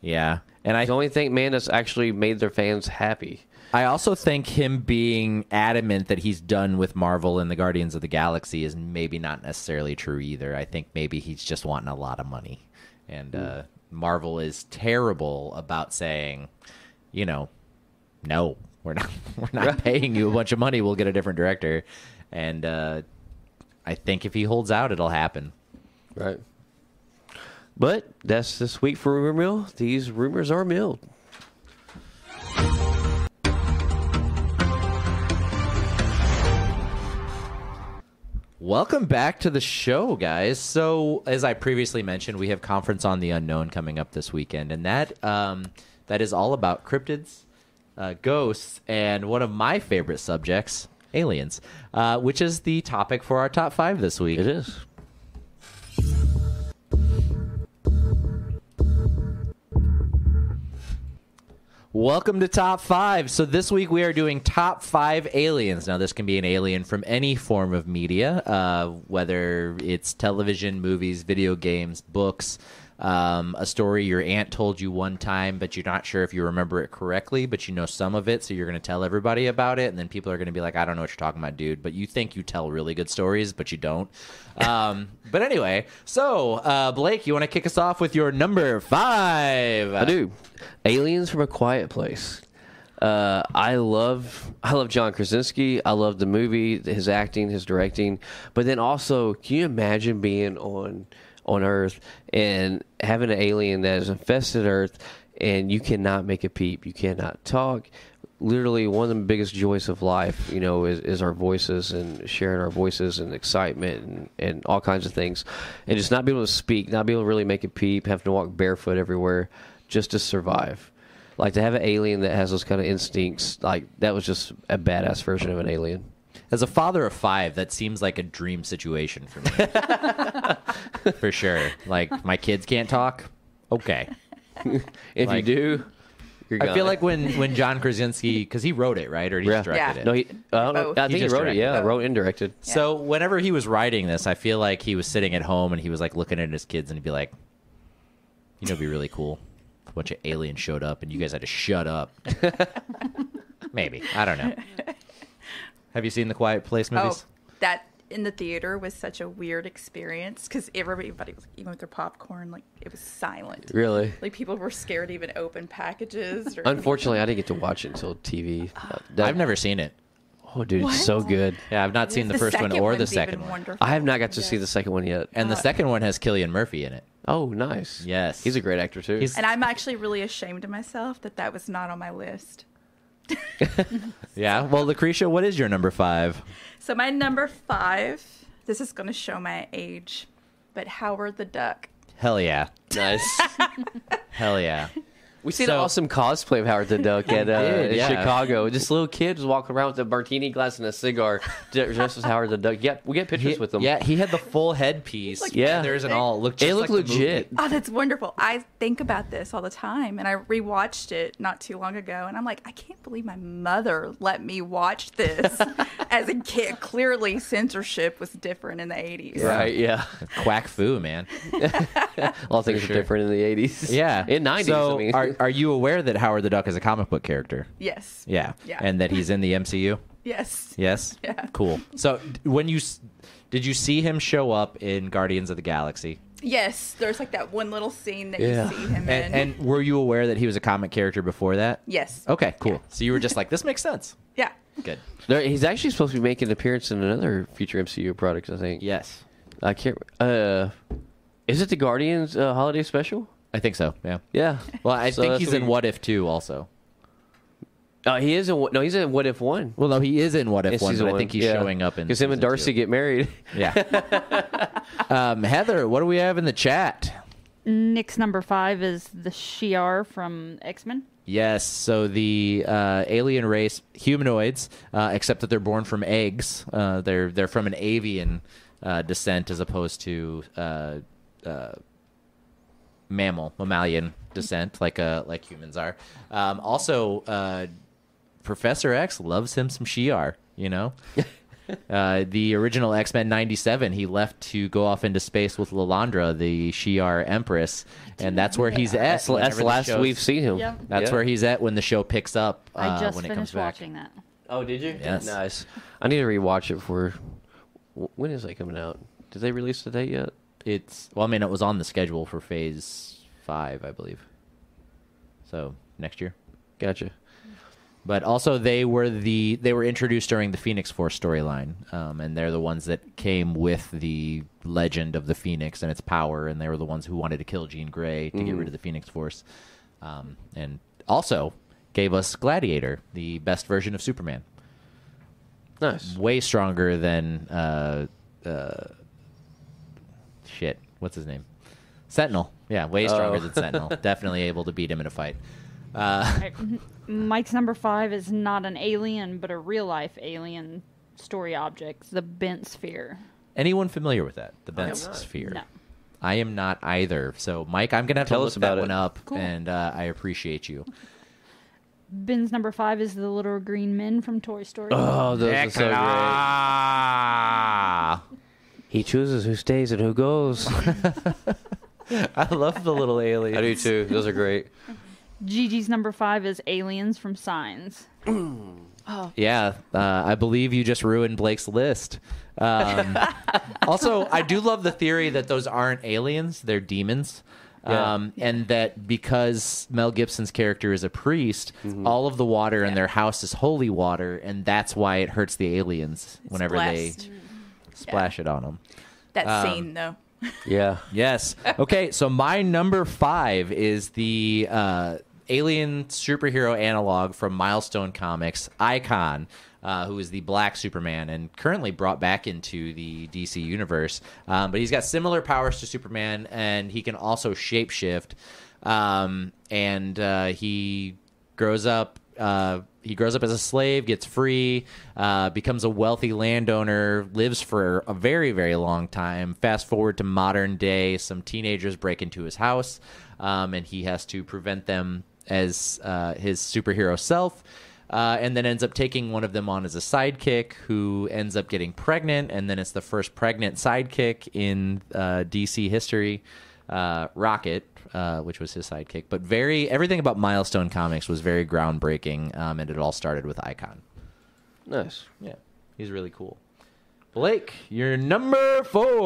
Speaker 1: Yeah, and I
Speaker 2: I only think man that's actually made their fans happy.
Speaker 1: I also think him being adamant that he's done with Marvel and the Guardians of the Galaxy is maybe not necessarily true either. I think maybe he's just wanting a lot of money. And uh, Marvel is terrible about saying, you know, no, we're not we're not paying you a bunch of money. We'll get a different director. And uh, I think if he holds out, it'll happen.
Speaker 2: Right. But that's this week for Rumor Mill. These rumors are milled.
Speaker 1: Welcome back to the show, guys. So, as I previously mentioned, we have Conference on the Unknown coming up this weekend, and that um, that is all about cryptids, uh, ghosts, and one of my favorite subjects, aliens, uh, which is the topic for our top five this week.
Speaker 2: It is.
Speaker 1: Welcome to Top 5. So this week we are doing Top 5 Aliens. Now, this can be an alien from any form of media, uh, whether it's television, movies, video games, books, um, a story your aunt told you one time, but you're not sure if you remember it correctly, but you know some of it, so you're going to tell everybody about it, and then people are going to be like, I don't know what you're talking about, dude, but you think you tell really good stories, but you don't. Um, but anyway, so uh, Blake, you want to kick us off with your number 5?
Speaker 2: I do. Uh, Aliens from a Quiet Place. Uh, I love I love John Krasinski. I love the movie, his acting, his directing. But then also, can you imagine being on on Earth and having an alien that has infested Earth, and you cannot make a peep, you cannot talk. Literally, one of the biggest joys of life, you know, is, is our voices and sharing our voices and excitement and, and all kinds of things. And just not being able to speak, not being able to really make a peep, having to walk barefoot everywhere just to survive like to have an alien that has those kind of instincts like that was just a badass version of an alien
Speaker 1: As a father of five, that seems like a dream situation for me. for sure. Like my kids can't talk. Okay.
Speaker 2: if
Speaker 1: Like-
Speaker 2: you do you're
Speaker 1: I feel
Speaker 2: gone.
Speaker 1: like when when John Krasinski, because he wrote it, right, or he
Speaker 2: Yeah.
Speaker 1: directed
Speaker 3: Yeah.
Speaker 1: it.
Speaker 2: no he, I, don't know,
Speaker 3: Both.
Speaker 2: I
Speaker 1: He
Speaker 2: think he,
Speaker 1: just
Speaker 2: wrote it
Speaker 1: directed
Speaker 2: yeah
Speaker 3: it.
Speaker 2: wrote and directed
Speaker 1: So whenever he was writing this, I feel like he was sitting at home and he was like looking at his kids and he'd be like, "You know, it'd be really cool. if A bunch of aliens showed up and you guys had to shut up." Maybe I don't know. Have you seen the Quiet Place
Speaker 3: oh,
Speaker 1: movies?
Speaker 3: that in the theater was such a weird experience because everybody was eating with their popcorn. Like it was silent.
Speaker 2: really
Speaker 3: Like people were scared to even open packages. Or
Speaker 2: unfortunately i didn't get to watch it until tv That-
Speaker 1: I've never seen it.
Speaker 2: oh dude it's so
Speaker 3: Uh, What?
Speaker 2: good
Speaker 1: Yeah, I've not seen the, first one
Speaker 3: second
Speaker 1: or the
Speaker 3: one's
Speaker 1: second
Speaker 3: even
Speaker 1: one.
Speaker 3: Wonderful.
Speaker 2: i have not got to see the second one yet
Speaker 1: And the
Speaker 3: Uh,
Speaker 1: second one has Killian Murphy in it.
Speaker 2: oh nice
Speaker 1: Yes.
Speaker 2: he's a great actor too
Speaker 1: He's-
Speaker 3: And I'm actually really ashamed of myself that that was not on my list.
Speaker 1: Yeah. Well, Lucretia, what is your number five?
Speaker 3: So my number five. This is going to show my age, but Howard the Duck.
Speaker 1: Hell yeah.
Speaker 2: nice
Speaker 1: Hell yeah.
Speaker 2: We see
Speaker 1: So-
Speaker 2: an awesome cosplay of Howard the Duck at uh,
Speaker 1: did,
Speaker 2: in
Speaker 1: yeah.
Speaker 2: Chicago. Just little kids walking around with a martini glass and a cigar, d- dressed as Howard the Duck. Yeah, we get pictures
Speaker 1: He-
Speaker 2: with them.
Speaker 1: Yeah, he had the full headpiece.
Speaker 3: Like,
Speaker 2: Yeah.
Speaker 1: there's an all. It looked just
Speaker 2: it looked
Speaker 1: like the movie.
Speaker 2: legit.
Speaker 3: Oh, that's wonderful. I think about this all the time, and I rewatched it not too long ago, and I'm like, I can't believe my mother let me watch this as a kid. Clearly, censorship was different in the 80s.
Speaker 2: Right? Yeah,
Speaker 1: Quack foo, man.
Speaker 2: all things
Speaker 1: sure.
Speaker 2: are different in the eighties.
Speaker 1: Yeah,
Speaker 2: in nineties.
Speaker 1: So
Speaker 2: I mean,
Speaker 1: are are you aware that Howard the Duck is a comic book character?
Speaker 3: Yes.
Speaker 1: Yeah.
Speaker 3: Yeah.
Speaker 1: And that he's in the MCU.
Speaker 3: Yes.
Speaker 1: Yes.
Speaker 3: Yeah.
Speaker 1: Cool. So d- when you s- did you see him show up in Guardians of the Galaxy?
Speaker 3: Yes. There's like that one little scene that
Speaker 2: Yeah.
Speaker 3: you see him in.
Speaker 1: And, and were you aware that he was a comic character before that?
Speaker 3: yes.
Speaker 1: Okay. Cool. So you were just like, this makes sense.
Speaker 3: Yeah.
Speaker 1: Good.
Speaker 2: There- he's actually supposed to be making an appearance in another future MCU product. I think.
Speaker 1: Yes.
Speaker 2: I can't. Uh, is it the Guardians uh, holiday special?
Speaker 1: I think so. Yeah.
Speaker 2: Yeah.
Speaker 1: Well, I
Speaker 2: So
Speaker 1: think
Speaker 2: that's
Speaker 1: he's
Speaker 2: what
Speaker 1: in
Speaker 2: we-
Speaker 1: What If Two also.
Speaker 2: Oh, he is in. What- No, he's in What If One.
Speaker 1: Well, no, he is in What If
Speaker 2: It's
Speaker 1: One,
Speaker 2: season
Speaker 1: but I think he's
Speaker 2: yeah.
Speaker 1: showing up in
Speaker 2: because him and
Speaker 1: season
Speaker 2: Darcy
Speaker 1: two.
Speaker 2: get married.
Speaker 1: Yeah. um, Heather, what do we have in the chat?
Speaker 4: Nick's number five is the Shiar from X Men.
Speaker 1: Yes, so the uh, alien race humanoids, uh, except that they're born from eggs. Uh, they're they're from an avian uh, descent as opposed to uh, uh, mammal mammalian descent, like uh, like humans are. Um, also, uh, Professor X loves him some Shi'ar. You know. Uh, the original X Men '97, he left to go off into space with Lilandra, the Shi'ar Empress, and that's where he's at.
Speaker 2: That's, that's
Speaker 1: whenever
Speaker 2: the
Speaker 1: the
Speaker 2: last
Speaker 1: show's-
Speaker 2: we've seen him.
Speaker 4: Yeah.
Speaker 1: that's
Speaker 2: Yeah.
Speaker 1: where he's at when the show picks up. Uh,
Speaker 4: I just
Speaker 1: when it comes
Speaker 4: finished
Speaker 1: back.
Speaker 4: watching that.
Speaker 2: Oh, did you?
Speaker 1: Yes.
Speaker 2: Nice. I need to rewatch it for. wh- When is that coming out? Did they release the date yet?
Speaker 1: It's well, I mean, it was on the schedule for Phase Five, I believe. So next year,
Speaker 2: Gotcha.
Speaker 1: but also they were the they were introduced during the Phoenix Force storyline, um, and they're the ones that came with the legend of the Phoenix and its power, and they were the ones who wanted to kill Jean Grey to get rid of the Phoenix Force, um, and also gave us Gladiator, the best version of Superman.
Speaker 2: Nice.
Speaker 1: way stronger than uh, uh, shit. What's his name? Sentinel. Yeah, way stronger
Speaker 2: Oh.
Speaker 1: than Sentinel. Definitely able to beat him in a fight. Uh,
Speaker 4: Alright, Mike's number five is not an alien, but a real life alien story object, the bent sphere.
Speaker 1: anyone familiar with that? The Bent
Speaker 2: I'm not.
Speaker 1: Sphere.
Speaker 4: No.
Speaker 1: I am not either. So, Mike, I'm gonna have
Speaker 2: Tell
Speaker 1: to look
Speaker 2: us about
Speaker 1: that
Speaker 2: it.
Speaker 1: one up,
Speaker 4: Cool.
Speaker 1: and uh, I appreciate you.
Speaker 4: Ben's number five is the little green men from Toy Story.
Speaker 2: Oh, those are so great.
Speaker 1: Ah!
Speaker 2: He chooses who stays and who goes.
Speaker 1: I love the little alien.
Speaker 2: I do too. Those are great.
Speaker 4: Gigi's number five is aliens from Signs.
Speaker 1: Yeah, uh, I believe you just ruined Blake's list. Um, also, I do love the theory that those aren't aliens; they're demons,
Speaker 2: Yeah.
Speaker 1: um, and that because Mel Gibson's character is a priest, all of the water in their house is holy water, and that's why it hurts the aliens whenever
Speaker 3: blessed.
Speaker 1: they splash it on them.
Speaker 3: That
Speaker 1: Um,
Speaker 3: scene, though.
Speaker 2: Yeah.
Speaker 1: Yes. Okay, so my number five is the uh, alien superhero analog from Milestone Comics, Icon, uh, who is the black Superman and currently brought back into the DC universe. Um, but he's got similar powers to Superman, and he can also shapeshift. Um, and uh, he grows up. Uh, he grows up as a slave, gets free, uh, becomes a wealthy landowner, lives for a very, very long time. Fast forward to modern day, some teenagers break into his house, um, and he has to prevent them as uh, his superhero self. Uh, and then ends up taking one of them on as a sidekick who ends up getting pregnant. And then it's the first pregnant sidekick in uh, DC history uh, Rocket, uh, which was his sidekick. But very everything about Milestone Comics was very groundbreaking, um, and it all started with Icon.
Speaker 2: Nice.
Speaker 1: Yeah, he's really cool. Blake, you're number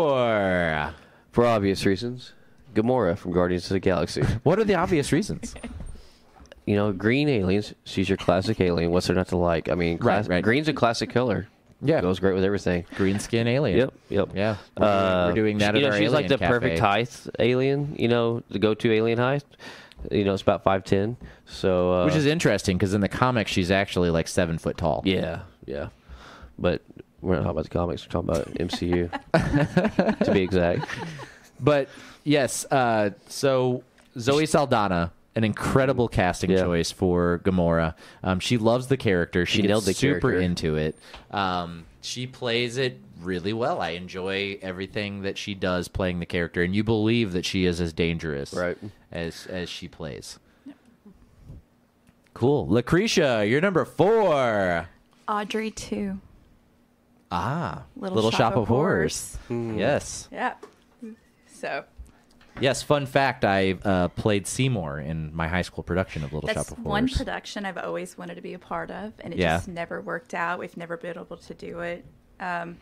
Speaker 1: four.
Speaker 2: For obvious reasons, Gamora from Guardians of the Galaxy.
Speaker 1: What are the obvious reasons?
Speaker 2: you know, green aliens. She's your classic alien. What's there not to like? I mean, class-
Speaker 1: Right, right.
Speaker 2: green's a classic color.
Speaker 1: Yeah.
Speaker 2: Goes great with everything.
Speaker 1: Green skin alien.
Speaker 2: Yep, yep. Uh,
Speaker 1: Yeah, we're, doing- we're doing that.
Speaker 2: You
Speaker 1: at
Speaker 2: know,
Speaker 1: our
Speaker 2: she's like the
Speaker 1: Alien Cafe.
Speaker 2: perfect height alien. You know, the go-to alien height. You know, it's about five ten. So, uh,
Speaker 1: which is interesting because in the comics she's actually like seven foot tall.
Speaker 2: yeah, yeah. But we're not talking about the comics. We're talking about MCU, to be exact.
Speaker 1: But yes, uh, so Zoe Saldana an incredible casting
Speaker 2: Yeah.
Speaker 1: choice for Gamora. Um, she loves the character. She,
Speaker 2: She
Speaker 1: gets
Speaker 2: nailed the
Speaker 1: super
Speaker 2: character.
Speaker 1: into it. Um, she plays it really well. I enjoy everything that she does playing the character, and you believe that she is as dangerous
Speaker 2: Right.
Speaker 1: as as she plays. Cool, Lucretia, you're number four.
Speaker 3: Audrey too.
Speaker 1: Ah, Horrors.
Speaker 2: Hmm.
Speaker 1: Yes.
Speaker 3: Yep. So
Speaker 1: Yes, fun fact I uh, played Seymour in my high school production of Little
Speaker 3: that's
Speaker 1: Shop of
Speaker 3: one
Speaker 1: Horrors.
Speaker 3: production I've always wanted to be a part of, and it
Speaker 1: Yeah.
Speaker 3: just never worked out. We've never been able to do it. Um,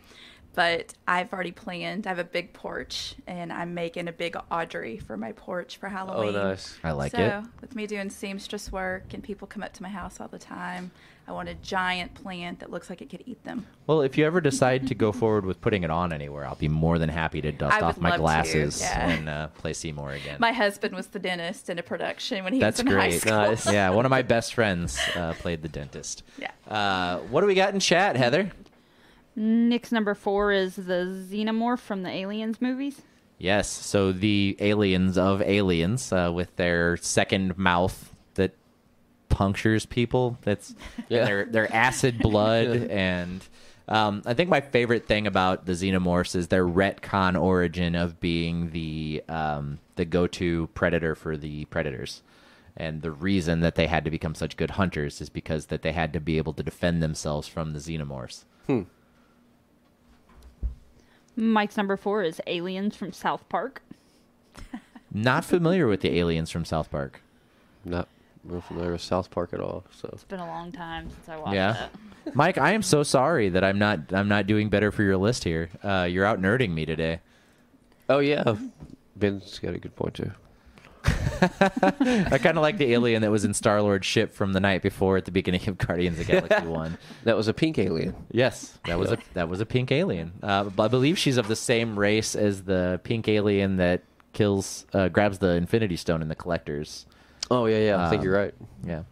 Speaker 3: but I've already planned. I have a big porch, and I'm making a big Audrey for my porch for
Speaker 2: Oh,
Speaker 3: Halloween.
Speaker 2: nice.
Speaker 1: I like
Speaker 3: so,
Speaker 1: it.
Speaker 3: with me doing seamstress work and people come up to my house all the time, I want a giant plant that looks like it could eat them.
Speaker 1: Well, if you ever decide to go forward with putting it on anywhere, I'll be more than happy to dust
Speaker 3: I
Speaker 1: off
Speaker 3: would
Speaker 1: my
Speaker 3: love to,
Speaker 1: glasses
Speaker 3: yeah.
Speaker 1: and uh, play Seymour again.
Speaker 3: My husband was the dentist in a production when he
Speaker 1: That's
Speaker 3: was in high
Speaker 1: great.
Speaker 3: school.
Speaker 2: Nice.
Speaker 1: yeah, one of my best friends uh, played the dentist.
Speaker 3: Yeah.
Speaker 1: Uh, what do we got in chat, Heather?
Speaker 4: Nick's number four is the xenomorph from the Aliens movies.
Speaker 1: Yes, so the aliens of aliens uh, with their second mouth that punctures people. That's
Speaker 2: Yeah.
Speaker 1: their their acid blood and um, I think my favorite thing about the xenomorphs is their retcon origin of being the um, the go to predator for the predators. And the reason that they had to become such good hunters is because that they had to be able to defend themselves from the xenomorphs.
Speaker 4: Mike's number four is Aliens from South Park.
Speaker 1: Not familiar with the aliens from South Park.
Speaker 2: Not real familiar with South Park at all. So
Speaker 4: It's been a long time since I watched
Speaker 1: Yeah.
Speaker 4: that.
Speaker 1: Mike, I am so sorry that I'm not I'm not doing better for your list here. Uh, you're out nerding me today.
Speaker 2: Oh yeah, Ben's got a good point too.
Speaker 1: I kind of like the alien that was in Star Lord's ship from the night before at the beginning of Guardians of the Galaxy One.
Speaker 2: That was a pink alien.
Speaker 1: Yes, that was a that was a pink alien. Uh, but I believe she's of the same race as the pink alien that kills uh, grabs the Infinity Stone in the Collectors.
Speaker 2: Oh yeah, yeah. I think
Speaker 1: Um,
Speaker 2: you're right.
Speaker 1: Yeah, I
Speaker 2: Yep.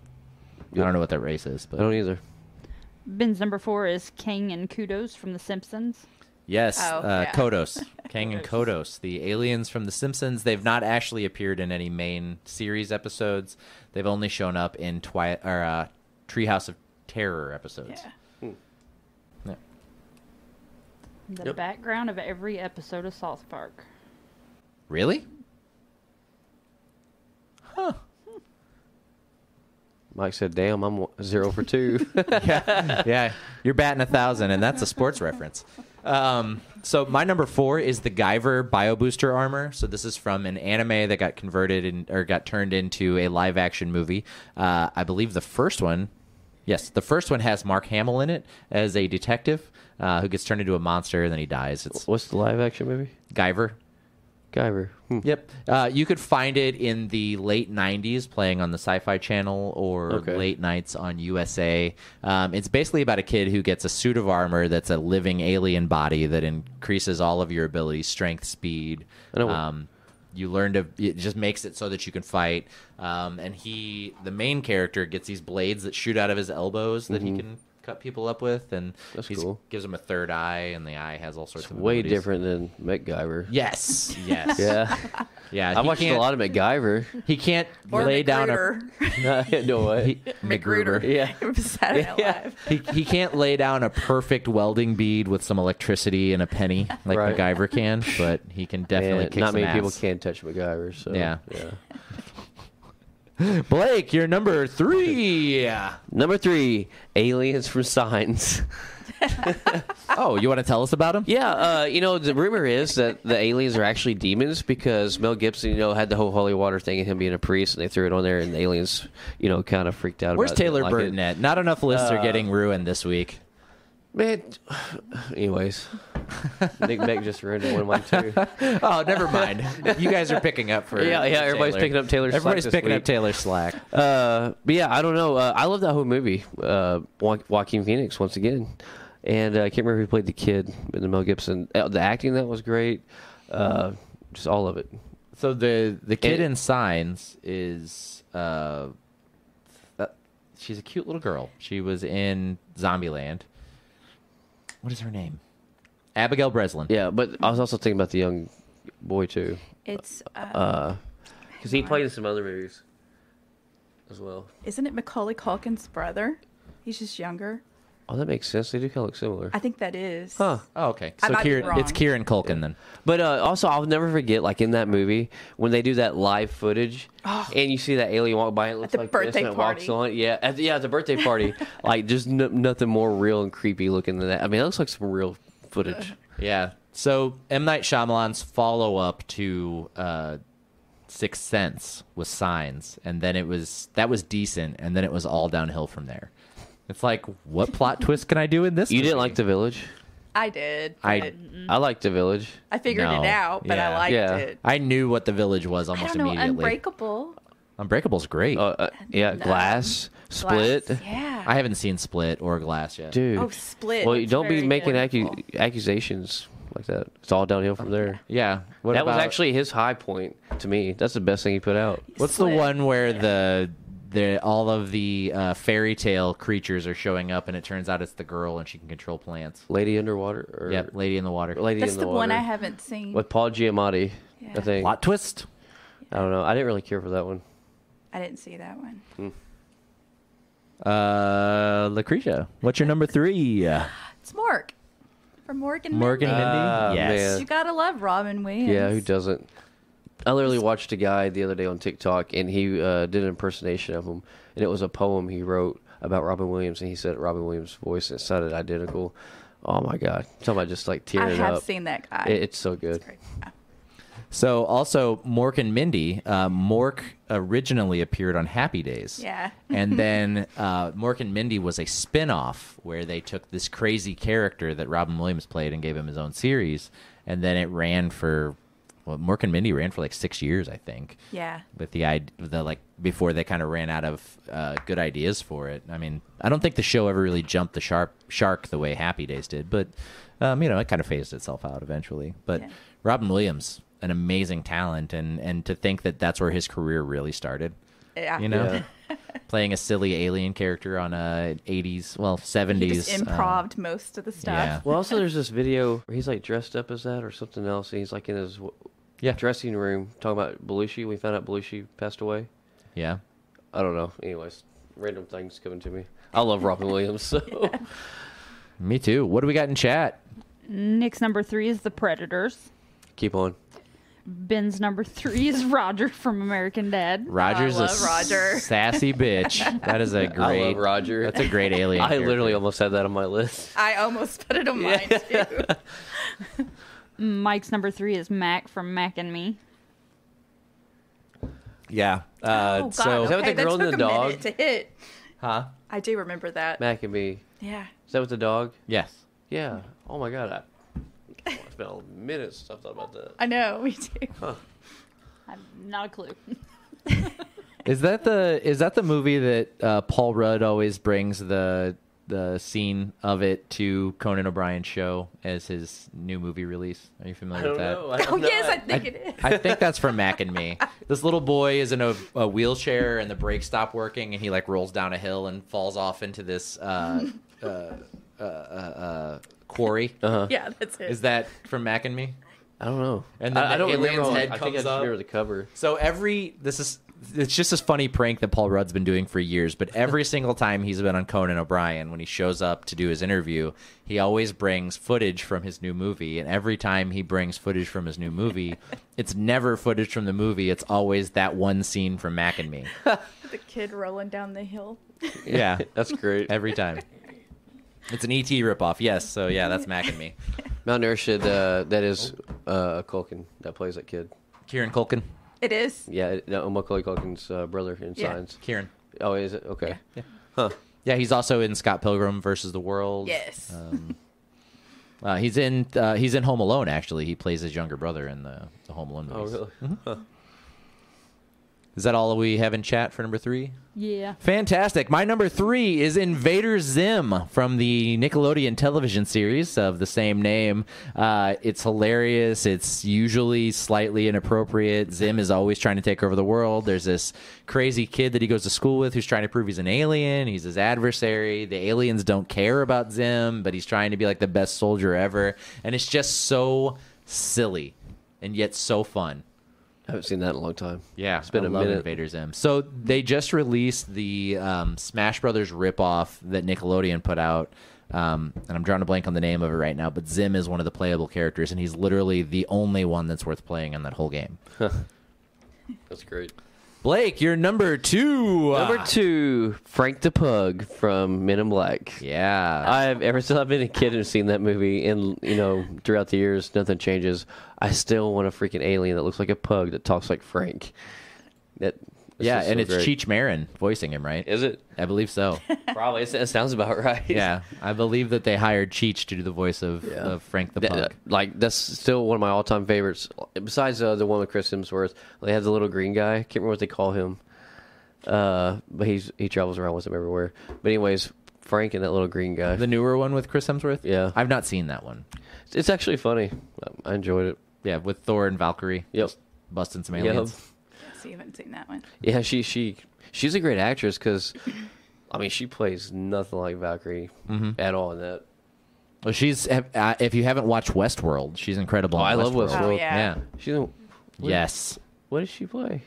Speaker 1: don't know what that race is,
Speaker 2: I
Speaker 1: but
Speaker 2: don't either.
Speaker 4: Ben's number four is King and Kudos from The Simpsons.
Speaker 1: Yes,
Speaker 3: Oh,
Speaker 1: uh,
Speaker 3: yeah.
Speaker 1: Kodos, Kang and
Speaker 4: Kodos.
Speaker 1: Kodos, the aliens from The Simpsons. They've not actually appeared in any main series episodes. They've only shown up in Twi- or uh, Treehouse of Terror episodes.
Speaker 3: Yeah.
Speaker 1: Yeah.
Speaker 4: The
Speaker 2: Yep.
Speaker 4: background of every episode of South Park.
Speaker 1: Really? Huh.
Speaker 2: Mike said, "Damn, I'm one- zero for two.
Speaker 1: yeah, yeah, you're batting a thousand, and that's a sports reference. Um, so my number four is the Guyver Bio Booster armor. So this is from an anime that got converted and or got turned into a live action movie. Uh, I believe the first one, yes, the first one has Mark Hamill in it as a detective uh, who gets turned into a monster and then he dies. It's
Speaker 2: What's the live action movie?
Speaker 1: Guyver.
Speaker 2: Guyver. Hmm.
Speaker 1: Yep. Uh, you could find it in the late 90s playing on the Sci Fi Channel or
Speaker 2: Okay.
Speaker 1: late nights on USA. Um, it's basically about a kid who gets a suit of armor that's a living alien body that increases all of your abilities strength, speed.
Speaker 2: I know.
Speaker 1: Um, you learn to, it just makes it so that you can fight. Um, and he, the main character, gets these blades that shoot out of his elbows that he can cut people up with. And
Speaker 2: Mm-hmm. That's
Speaker 1: he's-
Speaker 2: cool.
Speaker 1: gives him a third eye, and the eye has all sorts
Speaker 2: It's
Speaker 1: of
Speaker 2: way
Speaker 1: abilities.
Speaker 2: different than MacGyver.
Speaker 1: Yes. Yes.
Speaker 2: Yeah,
Speaker 1: Yeah.
Speaker 2: I
Speaker 1: he
Speaker 2: watched a
Speaker 1: can't-
Speaker 2: lot of MacGyver.
Speaker 1: he can't
Speaker 3: Or
Speaker 1: lay down
Speaker 3: Magruder.
Speaker 2: I know what.
Speaker 1: a he,
Speaker 3: Magruder.
Speaker 1: MacGruber.
Speaker 2: Yeah.
Speaker 3: It was Saturday Night
Speaker 2: Yeah.
Speaker 3: Live.
Speaker 1: He, he can't lay down a perfect welding bead with some electricity and a penny like
Speaker 2: Right.
Speaker 1: MacGyver can, but he can definitely
Speaker 2: And
Speaker 1: kick
Speaker 2: not
Speaker 1: some
Speaker 2: many
Speaker 1: ass.
Speaker 2: people can touch MacGyver. So
Speaker 1: Yeah.
Speaker 2: yeah.
Speaker 1: Blake, you're number three.
Speaker 2: Number three, aliens from Signs.
Speaker 1: Oh, you want to tell us about him?
Speaker 2: Yeah, uh, you know, the rumor is that the aliens are actually demons because Mel Gibson, you know, had the whole holy water thing and him being a priest, and they threw it on there, and the aliens, you know, kind of freaked out.
Speaker 1: Where's
Speaker 2: about it, Uh, didn't
Speaker 1: Taylor
Speaker 2: like
Speaker 1: Burton
Speaker 2: it.
Speaker 1: at? Not enough lists are getting ruined this week.
Speaker 2: Man, anyways, Nick Beck just ruined one of mine too.
Speaker 1: Oh, never mind. you guys are picking up for
Speaker 2: Yeah, yeah, everybody's
Speaker 1: Taylor.
Speaker 2: picking up Taylor's slack
Speaker 1: Everybody's
Speaker 2: this
Speaker 1: picking up
Speaker 2: week.
Speaker 1: Taylor slack.
Speaker 2: Uh, but yeah, I don't know. Uh, I love that whole movie. Uh, jo- Joaquin Phoenix once again, and uh, I can't remember who played the kid in the Mel Gibson. Uh, The acting that was great. Uh, just all of it.
Speaker 1: So the the kid
Speaker 2: It-
Speaker 1: in Signs is uh, uh, she's a cute little girl. She was in Zombieland. What is her name? Abigail Breslin.
Speaker 2: Yeah, but I was also thinking about the young boy too.
Speaker 3: It's uh,
Speaker 2: because he played in some other movies. as well.
Speaker 3: Isn't it Macaulay Culkin's brother? He's just younger.
Speaker 2: Oh, that makes sense. They do kind of look similar.
Speaker 3: I think that is.
Speaker 2: Huh.
Speaker 1: Oh, okay.
Speaker 3: I
Speaker 1: So
Speaker 3: might be
Speaker 1: Kieran,
Speaker 3: wrong.
Speaker 1: it's Kieran Culkin then.
Speaker 2: But uh, also, I'll never forget, like in that movie, when they do that live footage, and you see that alien walk by, it looks
Speaker 3: the
Speaker 2: like this,
Speaker 3: birthday
Speaker 2: and it walks
Speaker 3: party.
Speaker 2: on. Yeah, at the, yeah, at the birthday party, like just n- nothing more real and creepy looking than that. I mean, it looks like some real footage.
Speaker 1: Yeah. So M Night Shyamalan's follow up to uh, Sixth Sense was Signs, and then it was that was decent, and then it was all downhill from there. It's like, what plot twist can I do in this?
Speaker 2: You didn't
Speaker 1: movie?
Speaker 2: like The Village?
Speaker 3: I did. but
Speaker 1: I
Speaker 2: I liked The Village.
Speaker 3: I figured
Speaker 1: No.
Speaker 3: it out, but
Speaker 1: Yeah.
Speaker 3: I liked
Speaker 2: Yeah.
Speaker 3: it.
Speaker 1: I knew what the village was
Speaker 3: I
Speaker 1: almost
Speaker 3: don't know.
Speaker 1: immediately.
Speaker 3: Unbreakable.
Speaker 1: Unbreakable's great.
Speaker 2: Uh, uh, yeah,
Speaker 3: No.
Speaker 2: Glass, Split,
Speaker 3: Glass. Yeah.
Speaker 1: I haven't seen Split or Glass yet.
Speaker 2: dude.
Speaker 3: oh, Split.
Speaker 2: well, you
Speaker 3: It's
Speaker 2: don't be
Speaker 3: very
Speaker 2: making
Speaker 3: beautiful.
Speaker 2: accu- accusations like that. It's all downhill from there.
Speaker 1: Yeah. What
Speaker 2: that was
Speaker 1: about-
Speaker 2: actually his high point to me. That's the best thing he put out.
Speaker 1: What's the
Speaker 3: Split.
Speaker 1: one where the the all of the uh, fairy tale creatures are showing up, and it turns out it's the girl, and she can control plants.
Speaker 2: Lady Underwater, or
Speaker 1: Yep, Lady in the Water.
Speaker 2: Lady
Speaker 3: That's
Speaker 2: in
Speaker 3: the,
Speaker 2: the,
Speaker 3: one I
Speaker 2: Water.
Speaker 3: haven't seen.
Speaker 2: with Paul Giamatti. I
Speaker 3: Yeah.
Speaker 2: think
Speaker 1: Plot twist.
Speaker 2: I don't know. I didn't really care for that one. Hmm.
Speaker 3: I didn't see that one.
Speaker 1: Uh, Lucretia, what's your number three?
Speaker 3: It's Mork from Morgan.
Speaker 1: Morgan
Speaker 3: Mindy.
Speaker 2: Ah,
Speaker 1: Mindy. Yes.
Speaker 2: man.
Speaker 3: You gotta love Robin Williams.
Speaker 2: Yeah, who doesn't? I literally watched a guy the other day on TikTok, and he uh, did an impersonation of him, and it was a poem he wrote about Robin Williams, and he said Robin Williams' voice, and it sounded identical. Oh my god! Talking about just like
Speaker 3: I
Speaker 2: tearing
Speaker 3: have
Speaker 2: up.
Speaker 3: seen that guy.
Speaker 2: It- it's so good.
Speaker 3: It's great. Yeah.
Speaker 1: So also Mork and Mindy. Uh, Mork originally appeared on Happy Days.
Speaker 3: Yeah.
Speaker 1: and then uh, Mork and Mindy was a spin-off where they took this crazy character that Robin Williams played and gave him his own series, and then it ran for well, Mork and Mindy ran for like six years, I think.
Speaker 3: Yeah.
Speaker 1: With the idea, the like before they kind of ran out of uh, good ideas for it. I mean, I don't think the show ever really jumped the sharp shark the way Happy Days did, but um, you know, it kind of phased itself out eventually. But
Speaker 3: Yeah.
Speaker 1: Robin Williams, an amazing talent, and and to think that that's where his career really started
Speaker 3: Yeah.
Speaker 1: you know, playing a silly alien character on a '80s, well
Speaker 3: He
Speaker 1: '70s
Speaker 3: just
Speaker 1: uh,
Speaker 3: improved most of the
Speaker 1: yeah.
Speaker 3: stuff.
Speaker 2: Well, also there's this video where he's like dressed up as that or something else, and he's like in his w-
Speaker 1: Yeah.
Speaker 2: dressing room talking about Belushi. We found out Belushi passed away.
Speaker 1: yeah,
Speaker 2: I don't know. Anyways, random things coming to me. I love Robin Williams, so
Speaker 1: me too. What do we got in chat?
Speaker 4: Nick's number three is The Predators.
Speaker 2: keep on.
Speaker 4: Ben's number three is Roger from American Dad.
Speaker 1: Roger's
Speaker 3: love
Speaker 1: a
Speaker 3: Roger.
Speaker 1: sassy bitch. That is a great.
Speaker 2: I love Roger.
Speaker 1: That's a great alien.
Speaker 2: I
Speaker 1: character.
Speaker 2: literally almost had that on my list.
Speaker 3: I almost put it on mine too.
Speaker 4: Mike's number three is Mac from Mac and Me.
Speaker 1: yeah. Uh,
Speaker 3: oh God!
Speaker 1: so
Speaker 2: Is that what
Speaker 3: okay,
Speaker 2: the girl
Speaker 3: that
Speaker 2: and
Speaker 3: took
Speaker 2: the
Speaker 3: a
Speaker 2: dog-
Speaker 3: minute to hit.
Speaker 1: huh?
Speaker 3: I do remember that.
Speaker 2: Mac and me.
Speaker 3: Yeah.
Speaker 2: Is that with the dog?
Speaker 1: Yes.
Speaker 2: Yeah. Oh my god. I, oh, it's been a minute since I've thought about that.
Speaker 3: I know, we do.
Speaker 4: I have not a clue.
Speaker 1: Is that the is that the movie that uh, Paul Rudd always brings the the scene of it to Conan O'Brien's show as his new movie release? Are you familiar
Speaker 2: I
Speaker 1: with
Speaker 2: don't
Speaker 1: that?
Speaker 2: know. I
Speaker 3: Oh
Speaker 2: don't know.
Speaker 3: yes, I think it is.
Speaker 1: I think that's from Mac and Me. This little boy is in a, a wheelchair and the brakes stop working, and he like rolls down a hill and falls off into this uh, uh, uh, uh, uh, quarry.
Speaker 3: yeah, that's it.
Speaker 1: Is that from Mac and Me?
Speaker 2: I don't know.
Speaker 1: And then
Speaker 2: I,
Speaker 1: the
Speaker 2: I don't
Speaker 1: alien's
Speaker 2: remember.
Speaker 1: head
Speaker 2: I think I
Speaker 1: comes
Speaker 2: just
Speaker 1: up.
Speaker 2: remember the cover.
Speaker 1: So every this is it's just this funny prank that Paul Rudd's been doing for years, but every single time he's been on Conan O'Brien when he shows up to do his interview, he always brings footage from his new movie, and every time he brings footage from his new movie, it's never footage from the movie, it's always that one scene from Mac and Me.
Speaker 3: the kid rolling down the hill?
Speaker 1: Yeah,
Speaker 2: That's great.
Speaker 1: every time. It's an ET ripoff. Yes, so yeah, that's Mac and Me.
Speaker 2: Malnourished, uh, that is uh, Culkin that plays that kid.
Speaker 1: Kieran Culkin.
Speaker 3: It is.
Speaker 2: Yeah, no, Macaulay Culkin's uh, brother in
Speaker 3: Yeah.
Speaker 2: Signs.
Speaker 1: Kieran.
Speaker 2: Oh, is it? Okay.
Speaker 1: Yeah.
Speaker 2: Huh.
Speaker 1: Yeah, he's also in Scott Pilgrim versus the World.
Speaker 3: Yes.
Speaker 1: Um, uh, he's in uh, he's in Home Alone. Actually, he plays his younger brother in the, the Home Alone
Speaker 2: Oh,
Speaker 1: movies.
Speaker 2: really?
Speaker 1: Is that all we have in chat for number three?
Speaker 4: Yeah.
Speaker 1: Fantastic. My number three is Invader Zim from the Nickelodeon television series of the same name. Uh, it's hilarious. It's usually slightly inappropriate. Zim is always trying to take over the world. There's this crazy kid that he goes to school with who's trying to prove he's an alien. He's his adversary. The aliens don't care about Zim, but he's trying to be like the best soldier ever. And it's just so silly and yet so fun.
Speaker 2: I haven't seen that in a long time.
Speaker 1: Yeah,
Speaker 2: it's been
Speaker 1: I
Speaker 2: a
Speaker 1: love
Speaker 2: minute.
Speaker 1: Invaders M. So they just released the um, Smash Brothers ripoff that Nickelodeon put out, um, and I'm drawing a blank on the name of it right now. But Zim is one of the playable characters, and he's literally the only one that's worth playing in that whole game.
Speaker 2: That's great.
Speaker 1: Blake, you're number two.
Speaker 2: Number
Speaker 1: Ah,
Speaker 2: two, Frank the Pug from Men in Black.
Speaker 1: Yeah.
Speaker 2: I've ever since I've been a kid and seen that movie, and you know, throughout the years, nothing changes. I still want a freaking alien that looks like a pug that talks like Frank. That this
Speaker 1: yeah,
Speaker 2: is
Speaker 1: and
Speaker 2: so
Speaker 1: it's
Speaker 2: great.
Speaker 1: Cheech Marin voicing him, right?
Speaker 2: Is it?
Speaker 1: I believe so.
Speaker 2: Probably. It it sounds about right.
Speaker 1: yeah, I believe that they hired Cheech to do the voice of, of Frank the
Speaker 2: That-
Speaker 1: Pug.
Speaker 2: that- uh, like that's still one of my all-time favorites. Besides uh, the one with Chris Hemsworth, they have the little green guy. Can't remember what they call him, uh, but he's he travels around with them everywhere. But anyways, Frank and that little green guy.
Speaker 1: uh, the newer one with Chris Hemsworth.
Speaker 2: Yeah.
Speaker 1: I've not seen that one.
Speaker 2: It's actually funny. I I enjoyed it.
Speaker 1: Yeah, with Thor and Valkyrie.
Speaker 2: Yep.
Speaker 1: Just busting some
Speaker 2: Yeah,
Speaker 1: aliens.
Speaker 3: So you haven't seen that one.
Speaker 2: yeah. She she she's a great actress because, I mean, she plays nothing like Valkyrie
Speaker 1: Mm-hmm.
Speaker 2: at all in that.
Speaker 1: Well, she's if- uh, if you haven't watched Westworld, she's incredible.
Speaker 2: Oh,
Speaker 1: on
Speaker 2: I love
Speaker 1: Westworld.
Speaker 2: Westworld.
Speaker 3: Oh, yeah.
Speaker 1: Yeah.
Speaker 2: She's in,
Speaker 1: Yes,
Speaker 2: what does she play?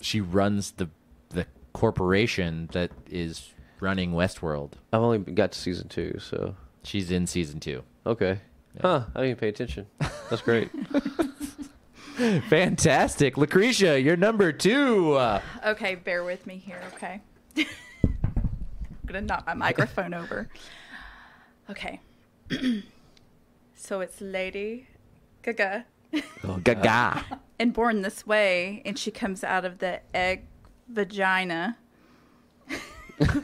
Speaker 1: she runs the the corporation that is running Westworld.
Speaker 2: I've only got to season two, so
Speaker 1: She's in season two.
Speaker 2: okay. Huh? I didn't pay attention. That's great.
Speaker 1: Fantastic, Lucretia, you're number two. Uh,
Speaker 3: Okay, bear with me here, okay? I'm gonna knock my microphone over. Okay. so it's Lady Gaga
Speaker 1: Gaga.
Speaker 3: and Born This Way, and she comes out of the egg vagina.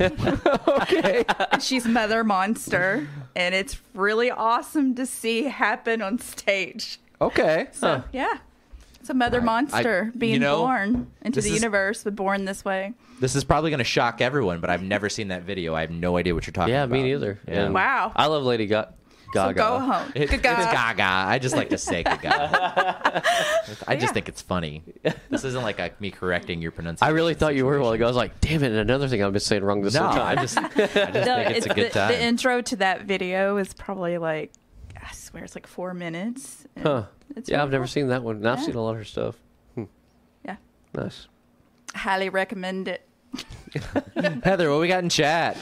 Speaker 3: okay. And she's Mother Monster, and it's really awesome to see happen on stage.
Speaker 1: Okay.
Speaker 3: So, yeah. It's a mother
Speaker 1: I- I-
Speaker 3: monster
Speaker 1: you
Speaker 3: being
Speaker 1: know,
Speaker 3: born into
Speaker 1: this
Speaker 3: the
Speaker 1: is-
Speaker 3: universe, but born this way.
Speaker 1: This is probably going to shock everyone, but I've never seen that video. I have no idea what you're talking
Speaker 2: Yeah,
Speaker 1: about.
Speaker 2: me neither.
Speaker 1: Yeah.
Speaker 2: And
Speaker 3: Wow.
Speaker 2: I love Lady Ga- Gaga.
Speaker 3: So go home.
Speaker 1: It- it's
Speaker 3: Gaga.
Speaker 1: Gaga. I just like to say Gaga. I just
Speaker 3: Yeah.
Speaker 1: think it's funny. This isn't like a, me correcting your pronunciation.
Speaker 2: I really thought you were a while
Speaker 1: situation.
Speaker 2: ago. I was like, damn it! and Another thing I've been saying wrong this
Speaker 1: No,
Speaker 2: whole
Speaker 1: I
Speaker 2: time.
Speaker 1: just, I just think it's, a good
Speaker 3: the,
Speaker 1: time.
Speaker 3: the intro to that video is probably like, I swear it's like four minutes. and
Speaker 2: Huh.
Speaker 3: It's
Speaker 2: Yeah, I've
Speaker 3: really
Speaker 2: never
Speaker 3: cool.
Speaker 2: seen that one. And I've
Speaker 3: Yeah.
Speaker 2: seen a lot of her stuff. Hmm.
Speaker 3: Yeah.
Speaker 2: Nice.
Speaker 3: Highly recommend it.
Speaker 1: Heather, what we got in chat?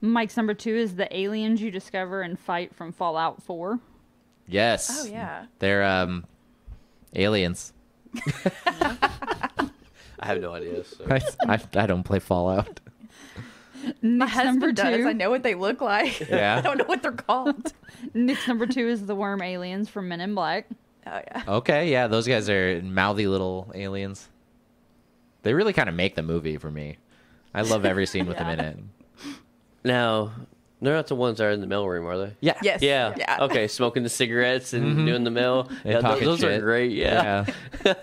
Speaker 4: Mike's number two is the aliens you discover and fight from Fallout 4.
Speaker 1: Yes.
Speaker 3: Oh, yeah.
Speaker 1: They're um, aliens. Mm-hmm.
Speaker 2: I have no idea. So.
Speaker 1: I, I, I don't play Fallout.
Speaker 3: My
Speaker 4: Nick's
Speaker 3: husband
Speaker 4: number
Speaker 3: does. I
Speaker 4: two.
Speaker 3: know what they look like.
Speaker 1: Yeah.
Speaker 3: I don't know what they're called.
Speaker 4: Nick's number two is the worm aliens from Men in Black.
Speaker 3: Oh, yeah.
Speaker 1: Okay, yeah, those guys are mouthy little aliens. They really kind of make the movie for me. I love every scene with them in
Speaker 4: Yeah.
Speaker 1: it.
Speaker 2: Now, they're not the ones that are in the mailroom, are they?
Speaker 1: Yeah.
Speaker 3: Yes.
Speaker 2: Yeah.
Speaker 3: Yeah.
Speaker 2: Okay, smoking the cigarettes and doing the mail. Yeah, tho-
Speaker 1: Mm-hmm. talking
Speaker 2: those are
Speaker 1: shit.
Speaker 2: great. Yeah.
Speaker 1: yeah.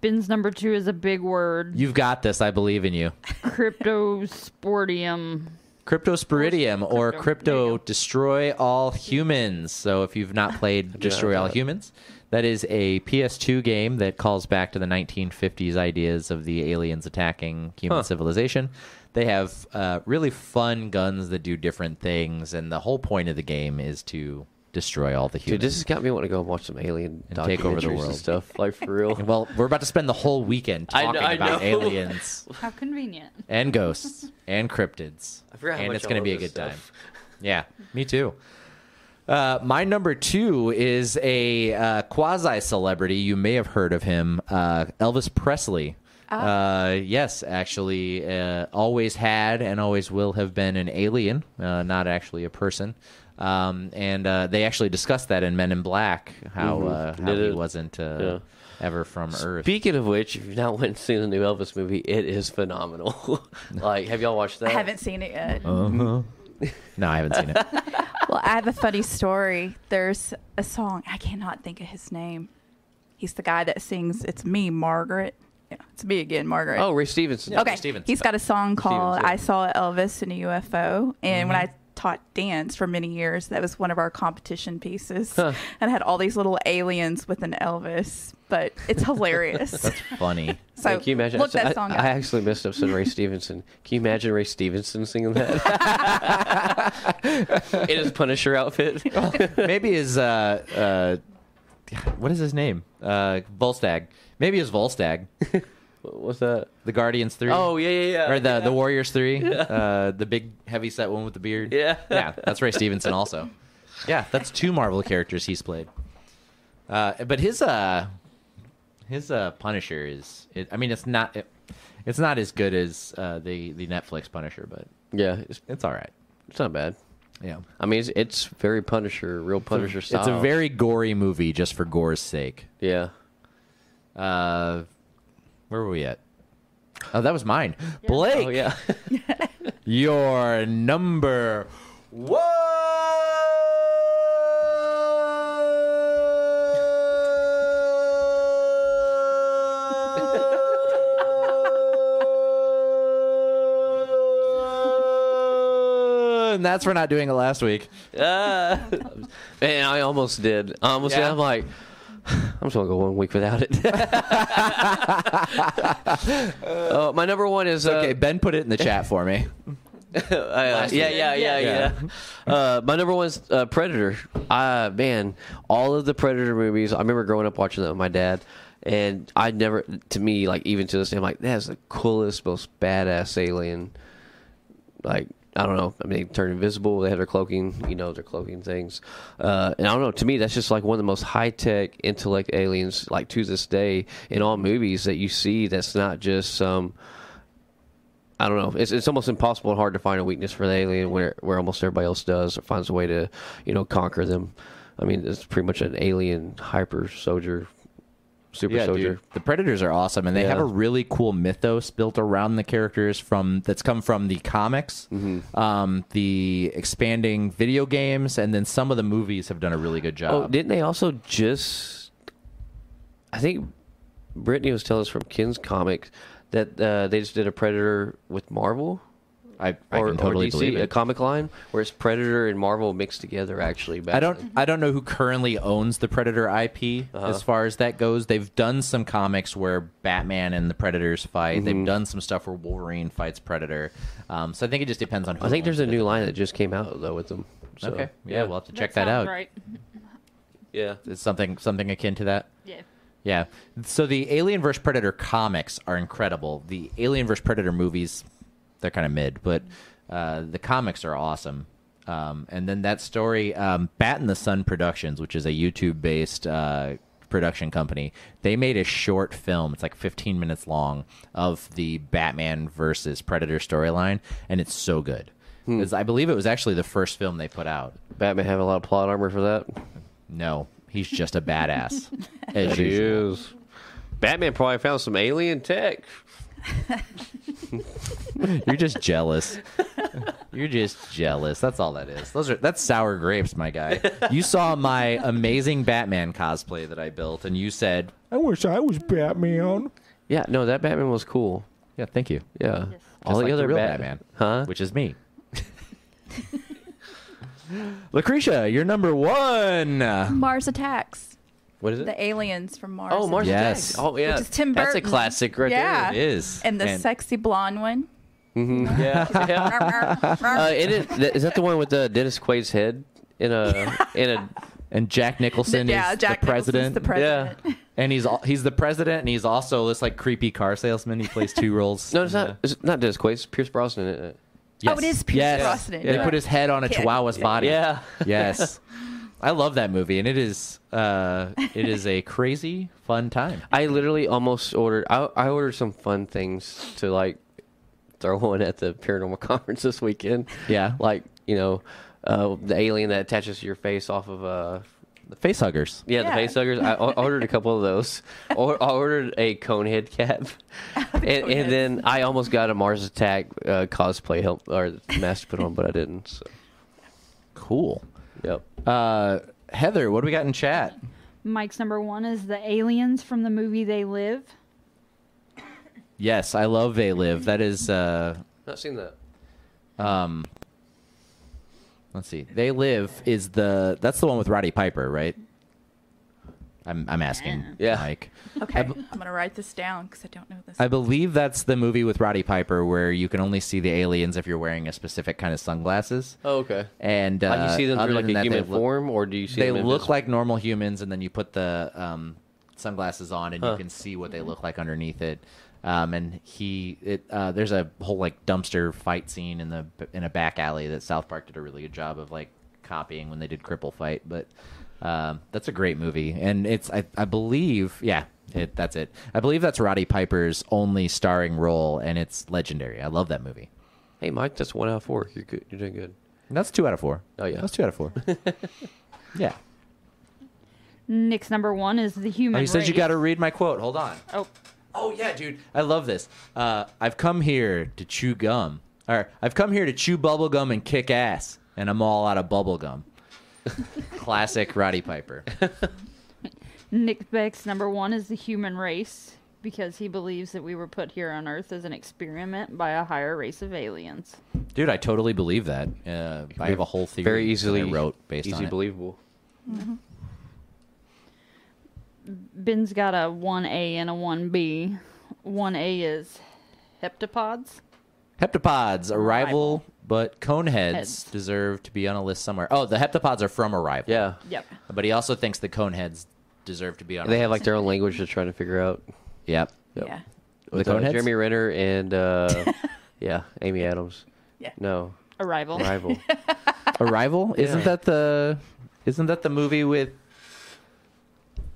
Speaker 4: Ben's number two is a big word,
Speaker 1: You've got this. I believe in you.
Speaker 4: cryptosporidium.
Speaker 1: Cryptosporidium or
Speaker 4: Crypto-
Speaker 1: Crypto
Speaker 4: yeah.
Speaker 1: Destroy All Humans. So if you've not played Destroy
Speaker 2: know
Speaker 1: All
Speaker 2: that.
Speaker 1: Humans, that is a PS2 game that calls back to the 1950s ideas of the aliens attacking human
Speaker 2: Huh.
Speaker 1: civilization. They have uh, really fun guns that do different things, and the whole point of the game is to destroy all the humans.
Speaker 2: Dude, this has got me wanting to go and watch some alien
Speaker 1: And
Speaker 2: documentaries
Speaker 1: take over the
Speaker 2: and
Speaker 1: world.
Speaker 2: stuff. Like for real.
Speaker 1: well, we're about to spend the whole weekend
Speaker 2: I kn-
Speaker 1: talking
Speaker 2: I
Speaker 1: about
Speaker 2: know.
Speaker 1: aliens
Speaker 4: How convenient.
Speaker 1: and ghosts and cryptids.
Speaker 2: I forgot how
Speaker 1: and
Speaker 2: much
Speaker 1: it's
Speaker 2: I
Speaker 1: gonna
Speaker 2: love
Speaker 1: be a good
Speaker 2: this
Speaker 1: time.
Speaker 2: stuff.
Speaker 1: Yeah, me too. Uh, my number two is a uh, quasi celebrity. You may have heard of him, uh, Elvis Presley. Uh, yes, actually, uh, always had and always will have been an alien, uh, not actually a person. Um, and uh, they actually discussed that in Men in Black how uh, how
Speaker 2: Mm-hmm. Did
Speaker 1: he
Speaker 2: it?
Speaker 1: wasn't uh,
Speaker 2: Yeah.
Speaker 1: ever from Earth.
Speaker 2: Speaking of which, if you've not went and seen the new Elvis movie, it is phenomenal. like, have y'all watched that?
Speaker 3: I haven't seen it yet.
Speaker 1: Oh. Uh-huh. No, I haven't seen it.
Speaker 3: Well, I have a funny story. There's a song I cannot think of his name. He's the guy that sings "It's Me, Margaret." Yeah, it's me again, Margaret.
Speaker 2: Oh, Ray Stevenson.
Speaker 1: Yeah.
Speaker 3: okay.
Speaker 1: Ray Stevens.
Speaker 3: He's got a song called
Speaker 2: yeah. Mm-hmm.
Speaker 3: "I Saw Elvis in a UFO," and when I taught dance for many years, that was one of our competition pieces, and I had all these little aliens with an Elvis. But it's hilarious.
Speaker 1: Funny.
Speaker 3: so
Speaker 2: Like, can you imagine?
Speaker 3: look
Speaker 2: I,
Speaker 3: that song
Speaker 2: I
Speaker 3: up.
Speaker 2: actually messed up said Ray Stevenson. Can you imagine Ray Stevenson singing that? In his Punisher outfit.
Speaker 1: Maybe his uh, uh, what is his name? Uh, Volstagg. Maybe it's Volstagg.
Speaker 2: What's that?
Speaker 1: The Guardians Three.
Speaker 2: Oh yeah, yeah, yeah.
Speaker 1: or the the Warriors Three. Uh, the big heavy set one with the beard.
Speaker 2: Yeah.
Speaker 1: yeah. That's Ray Stevenson also. Yeah, that's two Marvel characters he's played. Uh, but his uh, his uh, Punisher is. It, I mean, it's not. It, it's not as good as uh, the the Netflix Punisher, but
Speaker 2: yeah. It's,
Speaker 1: it's all right.
Speaker 2: it's not bad.
Speaker 1: Yeah.
Speaker 2: I mean, it's, it's very Punisher, real Punisher
Speaker 1: It's
Speaker 2: style.
Speaker 1: a very gory movie just for gore's sake.
Speaker 2: yeah.
Speaker 1: Uh, where were we at? Oh, that was mine. Blake,
Speaker 2: Oh yeah.
Speaker 1: your number one. And that's for not doing it last week.
Speaker 2: Uh, man, I almost did. I almost did.
Speaker 1: Yeah.
Speaker 2: I'm like, I'm just gonna go one week without it. uh, my number one is uh,
Speaker 1: Okay, Ben put it in the chat for me.
Speaker 2: uh, yeah, yeah, yeah, yeah, Uh, my number one's uh, Predator. Uh, man, all of the Predator movies. I remember growing up watching them with my dad, and I never, to me, like even to this day, I'm like, that's the coolest, most badass alien. Like I don't know. I mean, they turn invisible. They have their cloaking. You know, their cloaking things. Uh, and I don't know. To me, that's just like one of the most high tech intellect aliens, like to this day, in all movies that you see. That's not just some. I don't know. It's, it's almost impossible and hard to find a weakness for the alien where, where almost everybody else does or finds a way to, you know, conquer them. I mean, it's pretty much an alien hyper soldier, super soldier.
Speaker 1: dude. The Predators are awesome, and they
Speaker 2: Yeah.
Speaker 1: have a really cool mythos built around the characters from that's come from the comics,
Speaker 2: Mm-hmm.
Speaker 1: um, the expanding video games, and then some of the movies have done a really good job.
Speaker 2: Oh, didn't they also just? I think Brittany was telling us from Kin's comics that uh, they just did a Predator with Marvel
Speaker 1: I, I
Speaker 2: or,
Speaker 1: can totally
Speaker 2: or DC,
Speaker 1: believe
Speaker 2: a
Speaker 1: it.
Speaker 2: comic line where it's Predator and Marvel mixed together. Actually, back
Speaker 1: I
Speaker 2: then.
Speaker 1: don't. I don't know who currently owns the Predator IP
Speaker 2: Uh-huh.
Speaker 1: as far as that goes. They've done some comics where Batman and the Predators fight.
Speaker 2: Mm-hmm.
Speaker 1: They've done some stuff where Wolverine fights Predator. Um, so I think it just depends on. who
Speaker 2: I think there's a
Speaker 1: owns
Speaker 2: new line that just came out though with them.
Speaker 1: it.
Speaker 2: So,
Speaker 1: okay. Yeah, we'll have to check that,
Speaker 4: sounds
Speaker 1: out.
Speaker 4: Right.
Speaker 2: yeah.
Speaker 1: It's something something akin to that.
Speaker 4: Yeah.
Speaker 1: Yeah. So the Alien vs Predator comics are incredible. The Alien vs Predator movies, they're kind of mid, but uh, the comics are awesome. Um, and then that story, um, Bat in the Sun Productions, which is a YouTube-based uh, production company, they made a short film. It's like 15 minutes long of the Batman versus Predator storyline, and it's so good. 'Cause I believe it was actually the first film they put out.
Speaker 2: Batman have a lot of plot armor for that.
Speaker 1: No, he's just a badass, as
Speaker 2: He
Speaker 1: usual.
Speaker 2: is. Batman probably found some alien tech.
Speaker 1: You're just jealous. You're just jealous. That's all that is. Those are that's sour grapes, my guy. You saw my amazing Batman cosplay that I built, and you said,
Speaker 5: I wish I was Batman.
Speaker 2: Yeah, no, that Batman was cool.
Speaker 1: "Yeah, thank you."
Speaker 2: Yeah,
Speaker 4: Yes.
Speaker 2: all
Speaker 1: Just like
Speaker 2: the other
Speaker 1: real
Speaker 2: Bat-
Speaker 1: Batman,
Speaker 2: huh?
Speaker 1: Which is me. Lucretia, you're number one.
Speaker 3: Mars Attacks.
Speaker 2: what is it?
Speaker 3: The aliens from Mars.
Speaker 2: oh, Mars
Speaker 1: Yes.
Speaker 2: Attacks. Oh, yeah,
Speaker 3: Which is Tim
Speaker 2: That's a
Speaker 3: Burton.
Speaker 2: classic right
Speaker 3: Yeah.
Speaker 1: It is.
Speaker 3: And the sexy blonde one.
Speaker 2: there. Mm-hmm. Yeah, yeah. Uh,
Speaker 3: uh,
Speaker 2: it is, th- is that the one with uh, Dennis Quaid's head in a in a?
Speaker 1: and Jack Nicholson
Speaker 3: yeah,
Speaker 1: is
Speaker 3: Jack
Speaker 1: the president.
Speaker 3: Nicholson's the president.
Speaker 2: Yeah.
Speaker 1: and he's al- he's the president, and he's also this like creepy car salesman. He plays two roles.
Speaker 2: No, it's not. It's not Dennis Quaid. It's Pierce Brosnan. In it.
Speaker 3: Oh, it is Pierce
Speaker 1: yes.
Speaker 3: Brosnan.
Speaker 1: They
Speaker 3: Yeah.
Speaker 1: put his head on a
Speaker 3: Kid.
Speaker 1: chihuahua's body.
Speaker 2: Yeah.
Speaker 1: yes. I love that movie, and it is uh, it is a crazy fun time.
Speaker 2: I literally almost ordered. I, I ordered some fun things to like throw in at the paranormal conference this weekend.
Speaker 1: Yeah.
Speaker 2: like you know, uh, the alien that attaches to your face off of uh,
Speaker 1: The face huggers.
Speaker 2: yeah,
Speaker 3: Yeah.
Speaker 2: the face huggers. I o- ordered a couple of those. Or I ordered a conehead cap, and, and then I almost got a Mars Attack uh, cosplay help or mask put on, but I didn't. So,
Speaker 1: Cool.
Speaker 2: yep.
Speaker 1: Uh, Heather, what do we got in chat?
Speaker 4: Mike's number one is the aliens from the movie They Live.
Speaker 1: Yes, I love They Live. That is uh, um,
Speaker 2: Not seen that.
Speaker 1: let's see. They Live is the that's the one with Roddy Piper, right? I'm I'm asking.
Speaker 2: Yeah.
Speaker 1: Mike.
Speaker 3: Okay, I'm gonna write this down because I don't know this.
Speaker 1: I believe that's the movie with Roddy Piper where you can only see the aliens if you're wearing a specific kind of sunglasses.
Speaker 2: Oh, okay.
Speaker 1: And uh,
Speaker 2: Like you see them
Speaker 1: other
Speaker 2: through like
Speaker 1: than
Speaker 2: a
Speaker 1: that,
Speaker 2: human
Speaker 1: they look,
Speaker 2: form, or do you see
Speaker 1: They
Speaker 2: them
Speaker 1: look
Speaker 2: invisible?
Speaker 1: like normal humans, and then you put the um, sunglasses on, and you can see what they look like underneath it. Um, and he, it, uh, there's a whole like dumpster fight scene in the in a back alley that South Park did a really good job of like copying when they did Cripple Fight. But um, that's a great movie, and it's I, I believe yeah. It, that's it. I believe that's Roddy Piper's only starring role, and it's legendary. I love that movie.
Speaker 2: Hey, Mike, that's one out of four. You're good. You're doing good.
Speaker 1: And that's two out of four.
Speaker 2: Oh, yeah.
Speaker 1: that's two out of four. yeah.
Speaker 4: Nick's number one is the human.
Speaker 1: Oh, you said you
Speaker 4: race.
Speaker 1: got to read my quote. Hold on.
Speaker 4: Oh,
Speaker 1: Oh yeah, dude. I love this. Uh, I've come here to chew gum. Or I've come here to chew bubble gum and kick ass, and I'm all out of bubble gum. Classic Roddy Piper.
Speaker 4: Nick Beck's number one is the human race because he believes that we were put here on Earth as an experiment by a higher race of aliens.
Speaker 1: Dude, I totally believe that. Uh, I have a whole theory.
Speaker 2: Very
Speaker 1: that I
Speaker 2: easily
Speaker 1: wrote based
Speaker 2: easy
Speaker 1: on it.
Speaker 2: believable.
Speaker 4: Ben's got a 1A and a 1B. 1A is heptapods.
Speaker 1: Heptapods arrival, but coneheads
Speaker 4: Heads.
Speaker 1: deserve to be on a list somewhere. Oh, the heptapods are from arrival.
Speaker 2: Yeah,
Speaker 4: Yep.
Speaker 1: But he also thinks the coneheads deserve to be on. a
Speaker 2: they
Speaker 1: list.
Speaker 2: have like their own language they're trying to figure out.
Speaker 1: Yep.
Speaker 3: Yeah,
Speaker 1: The
Speaker 2: With, uh,
Speaker 1: Coneheads?
Speaker 2: Jeremy Renner and uh, yeah, Amy Adams.
Speaker 3: Yeah.
Speaker 2: No,
Speaker 4: Arrival.
Speaker 2: rival.
Speaker 1: Arrival? Isn't
Speaker 2: Yeah.
Speaker 1: that the isn't that the movie with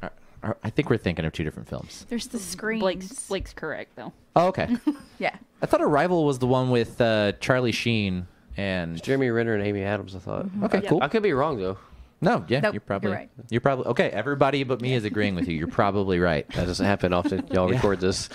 Speaker 1: Ar- Ar- I think we're thinking of two different films.
Speaker 3: there's the screens.
Speaker 4: Blake's, Blake's correct, though.
Speaker 1: Oh, okay.
Speaker 3: Yeah,
Speaker 1: I thought Arrival was the one with uh, Charlie Sheen and
Speaker 2: Jeremy Renner and Amy Adams. I thought.
Speaker 1: Okay, cool.
Speaker 2: I could be wrong though.
Speaker 1: No, yeah,
Speaker 3: Nope,
Speaker 1: you're
Speaker 3: you're
Speaker 1: probably
Speaker 3: right.
Speaker 1: you're probably okay, everybody but me is agreeing with you. You're probably right.
Speaker 2: That doesn't happen often. Y'all
Speaker 1: Yeah.
Speaker 2: record this.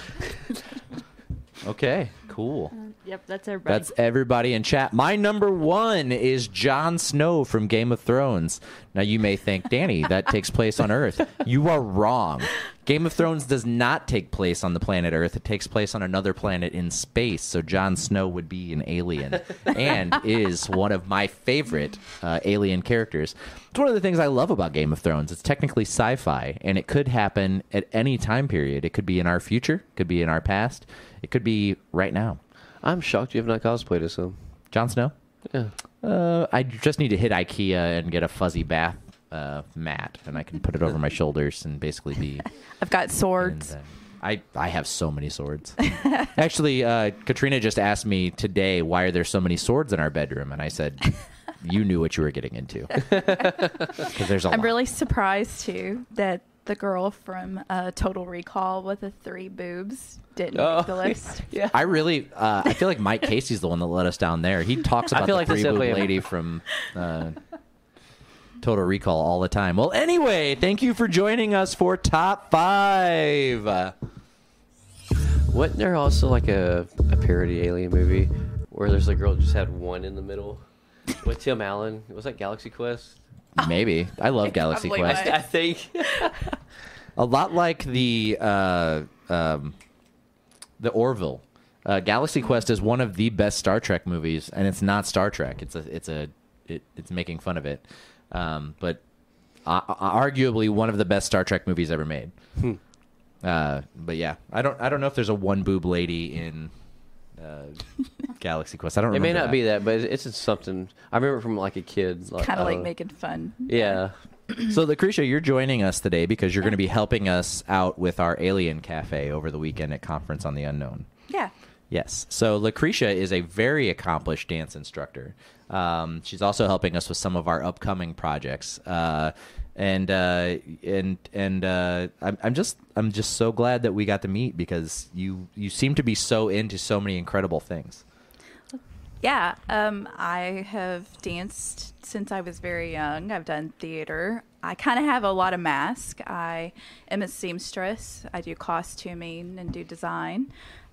Speaker 1: Okay, cool.
Speaker 3: Uh,
Speaker 4: Yep, that's everybody.
Speaker 1: That's everybody in chat. My number one is Jon Snow from Game of Thrones. Now you may think, Danny, that takes place on Earth. You are wrong. Game of Thrones does not take place on the planet Earth. It takes place on another planet in space. So Jon Snow would be an alien and is one of my favorite uh, alien characters. It's one of the things I love about Game of Thrones. It's technically sci fi, and it could happen at any time period. It could be in our future, it could be in our past, it could be right now.
Speaker 2: I'm shocked you have not cosplayed as him.
Speaker 1: Jon Snow?
Speaker 2: Yeah.
Speaker 1: Uh, I just need to hit IKEA and get a fuzzy bath uh, mat, and I can put it over my shoulders and basically be.
Speaker 3: I've got
Speaker 1: and,
Speaker 3: swords.
Speaker 1: uh, I I have so many swords. Actually, uh, Katrina just asked me today why are there so many swords in our bedroom, and I said, "You knew what you were getting into."
Speaker 2: uh,
Speaker 1: Because there's a
Speaker 3: I'm
Speaker 1: lot.
Speaker 3: really surprised too that the girl from uh, Total Recall with the three boobs didn't
Speaker 2: Oh,
Speaker 3: make the list.
Speaker 2: Yeah.
Speaker 1: I really, uh, I feel like Mike Casey's the one that let us down there. He talks
Speaker 2: I
Speaker 1: about
Speaker 2: feel
Speaker 1: the
Speaker 2: like that's
Speaker 1: three boob
Speaker 2: definitely a-
Speaker 1: lady from uh, Total Recall all the time. Well, anyway, thank you for joining us for top five. Uh,
Speaker 2: Wasn't there also like a, a parody alien movie where there's a girl that just had one in the middle with Tim Allen? Was that Galaxy Quest?
Speaker 1: maybe I love Galaxy
Speaker 3: probably
Speaker 1: Quest.
Speaker 3: was.
Speaker 2: I think.
Speaker 1: A lot like the uh, um, the Orville. Uh, Galaxy Quest is one of the best Star Trek movies, and it's not Star Trek. It's a it's a it, it's making fun of it, um, but uh, arguably one of the best Star Trek movies ever made.
Speaker 2: Hmm.
Speaker 1: Uh, but yeah, I don't I don't know if there's a one boob lady in uh, Galaxy Quest. I don't.
Speaker 2: It may
Speaker 1: remember
Speaker 2: not be that, but it's, it's something I remember from like a kid. Like,
Speaker 3: Kind
Speaker 2: I
Speaker 3: of
Speaker 1: uh,
Speaker 3: like
Speaker 2: don't know.
Speaker 3: making fun.
Speaker 2: Yeah.
Speaker 1: So, Lucretia, you're joining us today because you're going to be helping us out with our Alien Cafe over the weekend at Conference on the Unknown.
Speaker 3: Yeah.
Speaker 1: Yes. So Lucretia is a very accomplished dance instructor. Um, she's also helping us with some of our upcoming projects. Uh, and uh, and and uh, I'm, I'm just I'm just so glad that we got to meet because you you seem to be so into so many incredible things.
Speaker 3: Yeah, um, I have danced since I was very young. I've done theater. I kind of have a lot of mask. I am a seamstress. I do costuming and do design.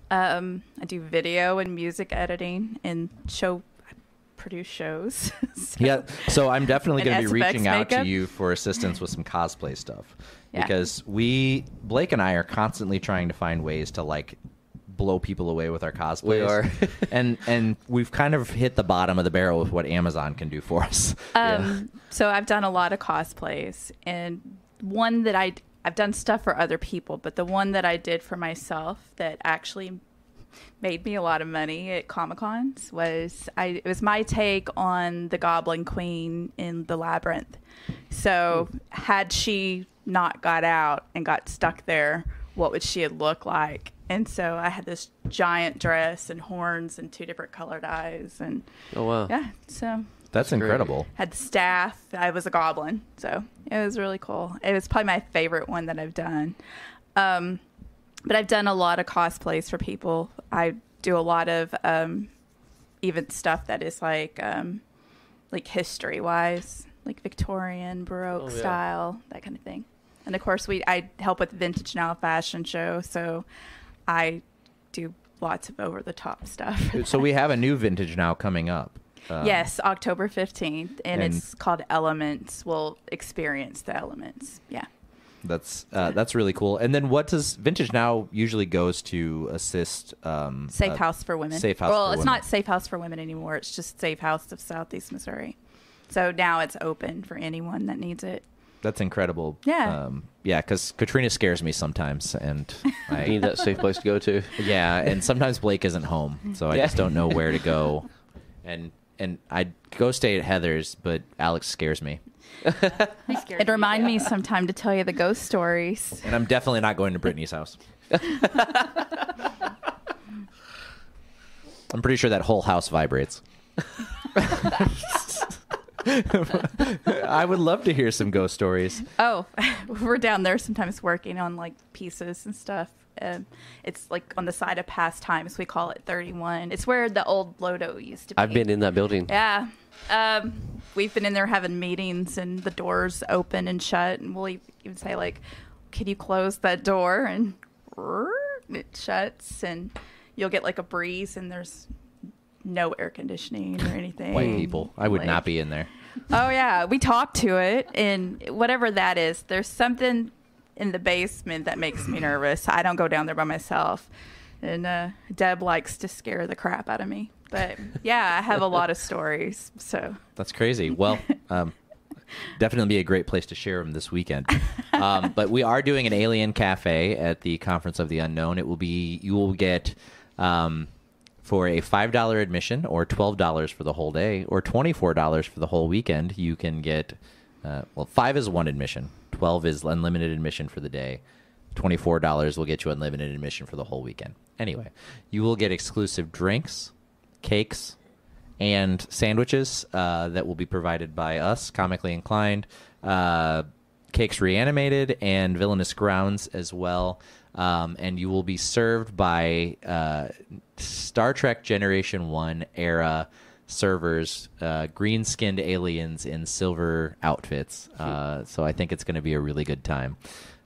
Speaker 3: Um, I do video and music editing and show. I produce shows. So-
Speaker 1: Yeah. So I'm definitely
Speaker 3: And
Speaker 1: going to be
Speaker 3: SFX
Speaker 1: reaching out to
Speaker 3: makeup.
Speaker 1: you for assistance with some cosplay stuff
Speaker 3: Yeah.
Speaker 1: because we Blake and I are constantly trying to find ways to like blow people away with our cosplays.
Speaker 2: are.
Speaker 1: and and we've kind of hit the bottom of the barrel with what Amazon can do for us.
Speaker 3: Um, So I've done a lot of cosplays, and one that I I've done stuff for other people, but the one that I did for myself that actually made me a lot of money at Comic Cons was I it was my take on the Goblin Queen in the labyrinth. So had she not got out and got stuck there, what would she have looked like? And so I had this giant dress and horns and two different colored eyes and
Speaker 2: Oh wow.
Speaker 3: yeah, so
Speaker 1: That's incredible.
Speaker 3: had the staff. I was a goblin, so it was really cool. It was probably my favorite one that I've done. Um, but I've done a lot of cosplays for people. I do a lot of um, even stuff that is like um, like history wise, like Victorian, Baroque
Speaker 2: Oh, yeah.
Speaker 3: style, that kind of thing. And of course, we I help with the Vintage Now fashion show, so I do lots of over the top stuff.
Speaker 1: So we have a new vintage now coming up. Uh,
Speaker 3: Yes, October 15th, and,
Speaker 1: and-
Speaker 3: it's called Elements. We'll experience the elements. Yeah.
Speaker 1: That's uh, that's really cool. And then what does vintage now usually goes to assist? Um,
Speaker 3: Safe
Speaker 1: uh,
Speaker 3: House for Women.
Speaker 1: Safe House
Speaker 3: Well,
Speaker 1: for
Speaker 3: it's
Speaker 1: Women.
Speaker 3: not Safe House for Women anymore. It's just Safe House of Southeast Missouri. So now it's open for anyone that needs it.
Speaker 1: That's incredible.
Speaker 3: Yeah.
Speaker 1: Um, yeah, because Katrina scares me sometimes, and
Speaker 2: I need
Speaker 1: I,
Speaker 2: that safe place to go to.
Speaker 1: yeah, and sometimes Blake isn't home, so I
Speaker 2: Yeah.
Speaker 1: just don't know where to go. And and I go stay at Heather's, but Alex scares me,
Speaker 4: He scares
Speaker 3: It remind me sometime to tell you the ghost stories.
Speaker 1: and I'm definitely not going to Brittany's house. I'm pretty sure that whole house vibrates. I would love to hear some ghost stories.
Speaker 3: Oh, we're down there sometimes working on like pieces and stuff. Um, it's like on the side of past times. We call it 31. It's where the old Lodo used to be.
Speaker 2: I've been in that building.
Speaker 3: Yeah. Um, we've been in there having meetings and the doors open and shut. And we'll e-, even say, like, can you close that door? And it shuts. And you'll get like a breeze and there's no air conditioning or anything.
Speaker 1: White people, I would
Speaker 3: Like-
Speaker 1: not be in there.
Speaker 3: Oh, yeah. We talk to it. And whatever that is, there's something in the basement that makes me nervous. I don't go down there by myself. And uh, Deb likes to scare the crap out of me. But yeah, I have a lot of stories. So.
Speaker 1: That's crazy. Well, um, definitely be a great place to share them this weekend. Um, but we are doing an Alien Cafe at the Conference of the Unknown. It will be you will get um, for a five dollar admission, or twelve dollars for the whole day, or twenty four dollars for the whole weekend. You can get uh, well, five is one admission, twelve is unlimited admission for the day. $24 will get you unlimited admission for the whole weekend. Anyway, you will get exclusive drinks, cakes, and sandwiches uh, that will be provided by us, Comically Inclined, uh, Cakes Reanimated, and Villainous Grounds as well. Um, and you will be served by uh, Star Trek Generation 1 era servers, uh, green skinned aliens in silver outfits. Uh, so I think it's going to be a really good time.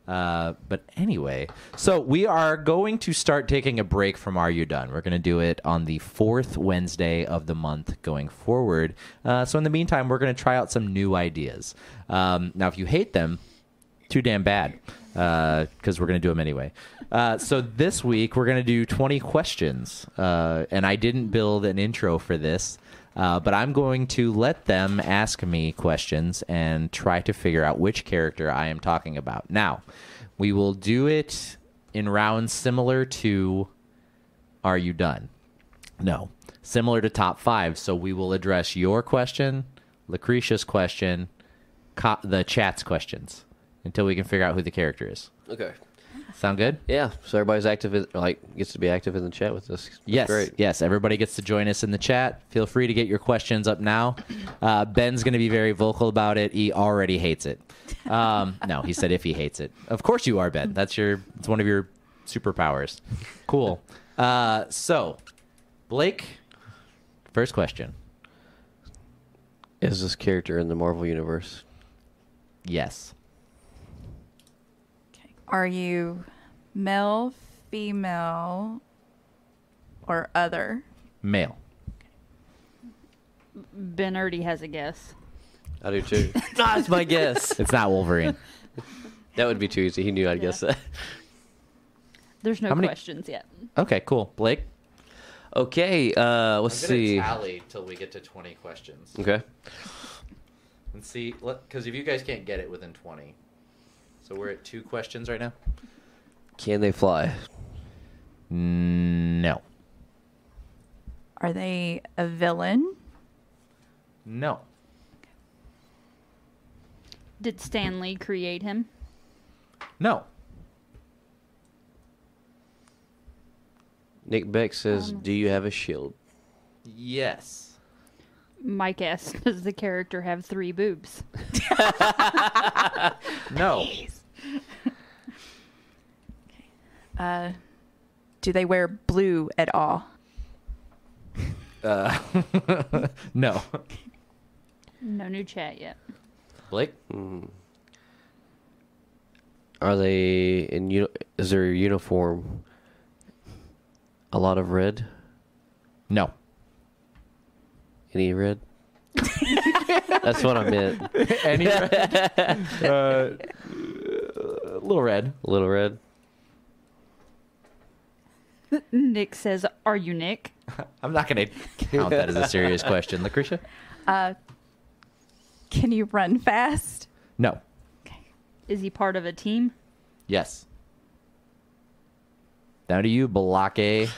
Speaker 1: Uh, but anyway, so we are going to start taking a break from Are You Done? We're going to do it on the fourth Wednesday of the month going forward. Uh, so in the meantime, we're going to try out some new ideas. Um, now, if you hate them, too damn bad because we're going to do them anyway. Uh, so this week we're going to do 20 questions, uh, and I didn't build an intro for this, uh, but I'm going to let them ask me questions and try to figure out which character I am talking about. Now, we will do it in rounds similar to Are You Done? No, similar to top five. So we will address your question, Lucretia's question, co- the chat's questions until we can figure out who the character is.
Speaker 2: Okay.
Speaker 1: Sound good?
Speaker 2: Yeah. So everybody's active, in, like gets to be active in the chat with us. That's
Speaker 1: Yes.
Speaker 2: Great.
Speaker 1: Yes. Everybody gets to join us in the chat. Feel free to get your questions up now. Uh, Ben's going to be very vocal about it. He already hates it. Um, no, he said if he hates it. Of course you are, Ben. That's your. It's one of your superpowers. Cool. Uh, so, Blake, first question.
Speaker 2: Is this character in the Marvel universe?
Speaker 1: Yes.
Speaker 3: Okay. Are you male, female, or other?
Speaker 1: Male.
Speaker 4: Ben already has a guess.
Speaker 2: I do too. That's my guess.
Speaker 1: It's not Wolverine.
Speaker 2: That would be too easy. He knew I'd guess that.
Speaker 4: There's no
Speaker 1: How many-
Speaker 4: questions yet.
Speaker 1: Okay. Cool. Blake.
Speaker 2: Okay.
Speaker 1: Oh,
Speaker 2: Uh, let's see.
Speaker 1: tally till we get to twenty questions.
Speaker 2: Okay.
Speaker 1: And see, because if you guys can't get it within 20, So we're at two questions right now.
Speaker 2: Can they fly?
Speaker 1: No.
Speaker 3: Are they a villain?
Speaker 1: No.
Speaker 4: Did Stanley create him?
Speaker 1: No.
Speaker 2: Nick Beck says,
Speaker 3: Um.
Speaker 2: "Do you have a shield?"
Speaker 1: Yes.
Speaker 4: Mike asked, does the character have three boobs?
Speaker 1: No.
Speaker 3: Uh, Do they wear blue at all?
Speaker 2: Uh,
Speaker 1: No.
Speaker 4: No new chat yet.
Speaker 1: Blake?
Speaker 2: Are they in? Uni- is their uniform a lot of red?
Speaker 1: No.
Speaker 2: Any red? That's what I meant.
Speaker 1: Any red? uh, little red.
Speaker 2: Little red.
Speaker 4: Nick says, are you Nick?
Speaker 1: I'm not going to count that as a serious question. Lucretia?
Speaker 3: Uh, Can you run fast?
Speaker 1: No.
Speaker 4: Is he part of a team?
Speaker 1: Yes. Down to you, Balake.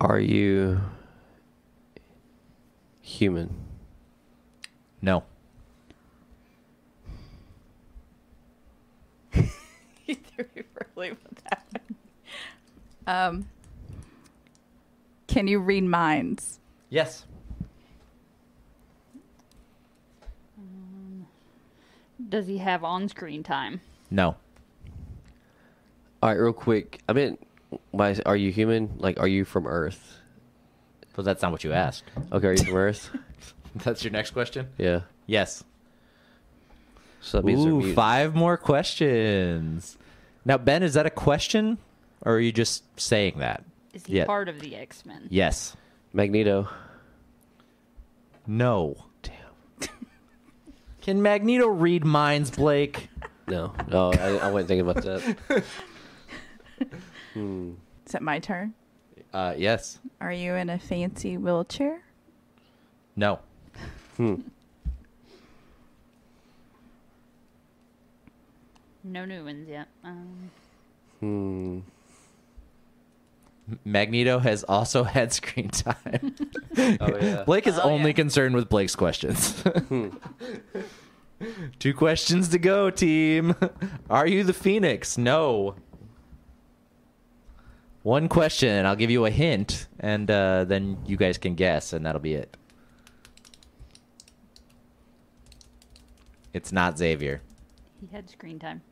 Speaker 2: Are you human?
Speaker 1: No.
Speaker 3: you threw me for a loop with that one. Um, can you read minds?
Speaker 1: Yes.
Speaker 4: Does he have on screen time?
Speaker 1: No.
Speaker 2: All right, real quick. I meant, by are you human? Like, are you from Earth?
Speaker 1: But that's not what you asked.
Speaker 2: Okay, are you from Earth?
Speaker 1: That's your next question?
Speaker 2: Yeah.
Speaker 1: Yes.
Speaker 2: So that means they're
Speaker 1: Ooh,
Speaker 2: mute.
Speaker 1: five more questions. Now, Ben, is that a question or are you just saying that?
Speaker 4: Is he
Speaker 1: Yeah.
Speaker 4: part of the X Men?
Speaker 1: Yes.
Speaker 2: Magneto.
Speaker 1: No. Damn. Can Magneto read minds, Blake?
Speaker 2: No, no, I, I wasn't thinking about that.
Speaker 3: Is it my turn?
Speaker 1: Uh, yes.
Speaker 3: Are you in a fancy wheelchair?
Speaker 1: No.
Speaker 2: Hmm.
Speaker 4: No new ones yet. Um,
Speaker 2: Hmm.
Speaker 1: Magneto has also had screen time.
Speaker 2: Oh yeah. Hmm.
Speaker 1: Blake is
Speaker 4: Oh,
Speaker 1: only
Speaker 4: yeah.
Speaker 1: concerned with Blake's questions. Two questions to go, team. Are you the Phoenix? No. One question, and I'll give you a hint, and uh, then you guys can guess, and that'll be it. It's not Xavier.
Speaker 4: he had screen time.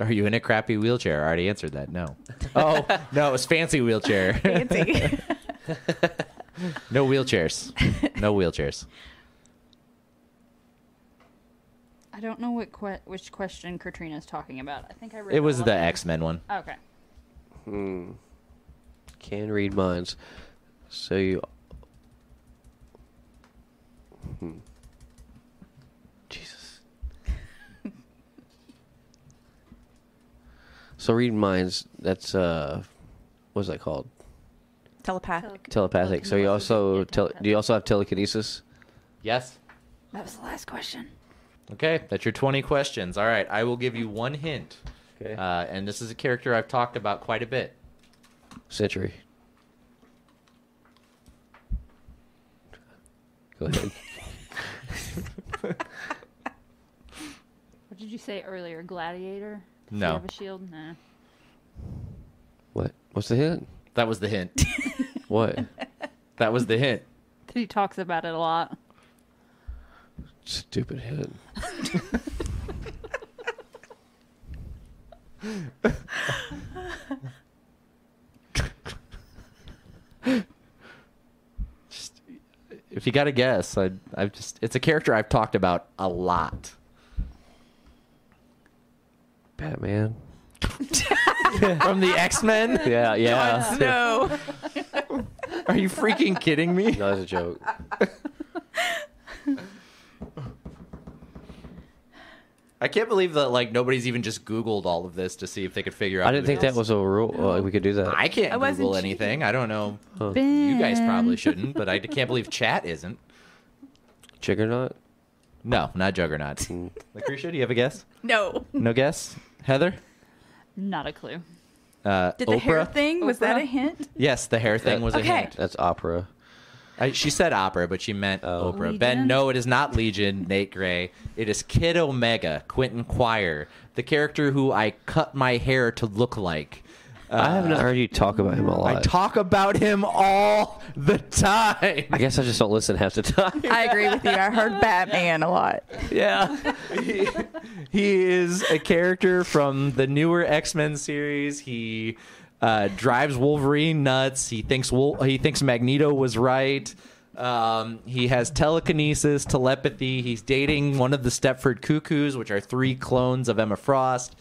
Speaker 1: Are you in a crappy wheelchair? I already answered that. No. Oh, no, it's fancy wheelchair.
Speaker 3: Fancy.
Speaker 1: No wheelchairs. No wheelchairs.
Speaker 4: I don't know what que- which question Katrina's talking about. I think I read
Speaker 1: It was
Speaker 4: all of
Speaker 1: the
Speaker 4: them.
Speaker 1: X Men one.
Speaker 4: Okay.
Speaker 2: Can read minds. So you. Hmm. Jesus. so read minds. That's uh, what's that called?
Speaker 3: Telepathic.
Speaker 2: Telepathic. So you
Speaker 4: Telekinesis,
Speaker 2: also
Speaker 4: yeah,
Speaker 2: tele- do you also have telekinesis?
Speaker 1: Yes.
Speaker 4: That was the last question.
Speaker 1: Okay, that's your 20 questions. All right, I will give you one hint.
Speaker 2: Okay.
Speaker 1: Uh, and this is a character I've talked about quite a bit.
Speaker 2: Century. Go ahead.
Speaker 4: What did you say earlier? Gladiator? Does
Speaker 1: No.
Speaker 4: He have a shield? Nah.
Speaker 2: what? What's the hint?
Speaker 1: That was the hint.
Speaker 2: What?
Speaker 1: that was the hint.
Speaker 4: He talks about it a lot.
Speaker 2: Stupid hint.
Speaker 1: Just, if you got to guess, I, I've just it's a character I've talked about a lot.
Speaker 2: Batman.
Speaker 1: From the X Men?
Speaker 2: Yeah, yeah.
Speaker 3: no.
Speaker 1: Are you freaking kidding me?
Speaker 2: No, that's a joke.
Speaker 1: I- I can't believe that like nobody's even just Googled all of this to see if they could figure out.
Speaker 2: I didn't
Speaker 1: who it
Speaker 2: think that
Speaker 1: is.
Speaker 2: was a rule. uh, we could do that.
Speaker 1: I can't
Speaker 3: I wasn't
Speaker 1: Google
Speaker 3: cheating.
Speaker 1: anything. I don't know.
Speaker 4: Ben.
Speaker 1: You guys probably shouldn't, but I can't believe chat isn't.
Speaker 2: Chick or not?
Speaker 1: No, not Juggernaut.
Speaker 2: Mm,
Speaker 1: Lucretia, do you have a guess?
Speaker 3: No.
Speaker 1: No guess. Heather.
Speaker 4: Not a clue.
Speaker 1: Uh,
Speaker 3: Did
Speaker 1: Oprah.
Speaker 3: the hair thing, was that
Speaker 4: Oprah?
Speaker 3: a hint?
Speaker 1: Yes, the hair thing was a
Speaker 3: Okay.
Speaker 1: hint.
Speaker 2: That's opera.
Speaker 1: I, she said opera, but she meant
Speaker 2: Oh.
Speaker 1: Oprah. Ben,
Speaker 4: Legion?
Speaker 1: no, it is not Legion, Nate Gray. It is Kid Omega, Quentin Quire, the character who I cut my hair to look like.
Speaker 2: I have not heard you talk about him a lot.
Speaker 1: Uh, I talk about him all the time.
Speaker 2: I guess I just don't listen half the time.
Speaker 3: I agree with you. I heard Batman a lot.
Speaker 1: Yeah. he, he is a character from the newer X-Men series. He uh, drives Wolverine nuts. He thinks Wol- he thinks Magneto was right. Um, he has telekinesis, telepathy. He's dating one of the Stepford Cuckoos, which are three clones of Emma Frost.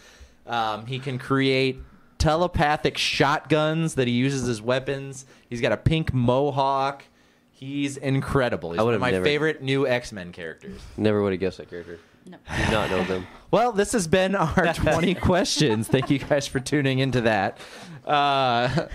Speaker 1: Um, he can create telepathic shotguns that he uses as weapons. He's got a pink mohawk. He's incredible. He's
Speaker 2: I
Speaker 1: one
Speaker 2: would've
Speaker 1: of my
Speaker 2: never-
Speaker 1: favorite new X Men characters.
Speaker 2: Never would have guessed that character.
Speaker 4: No.
Speaker 2: Did not know them.
Speaker 1: Well, this has been our 20 questions. Thank you guys for tuning into that. Uh,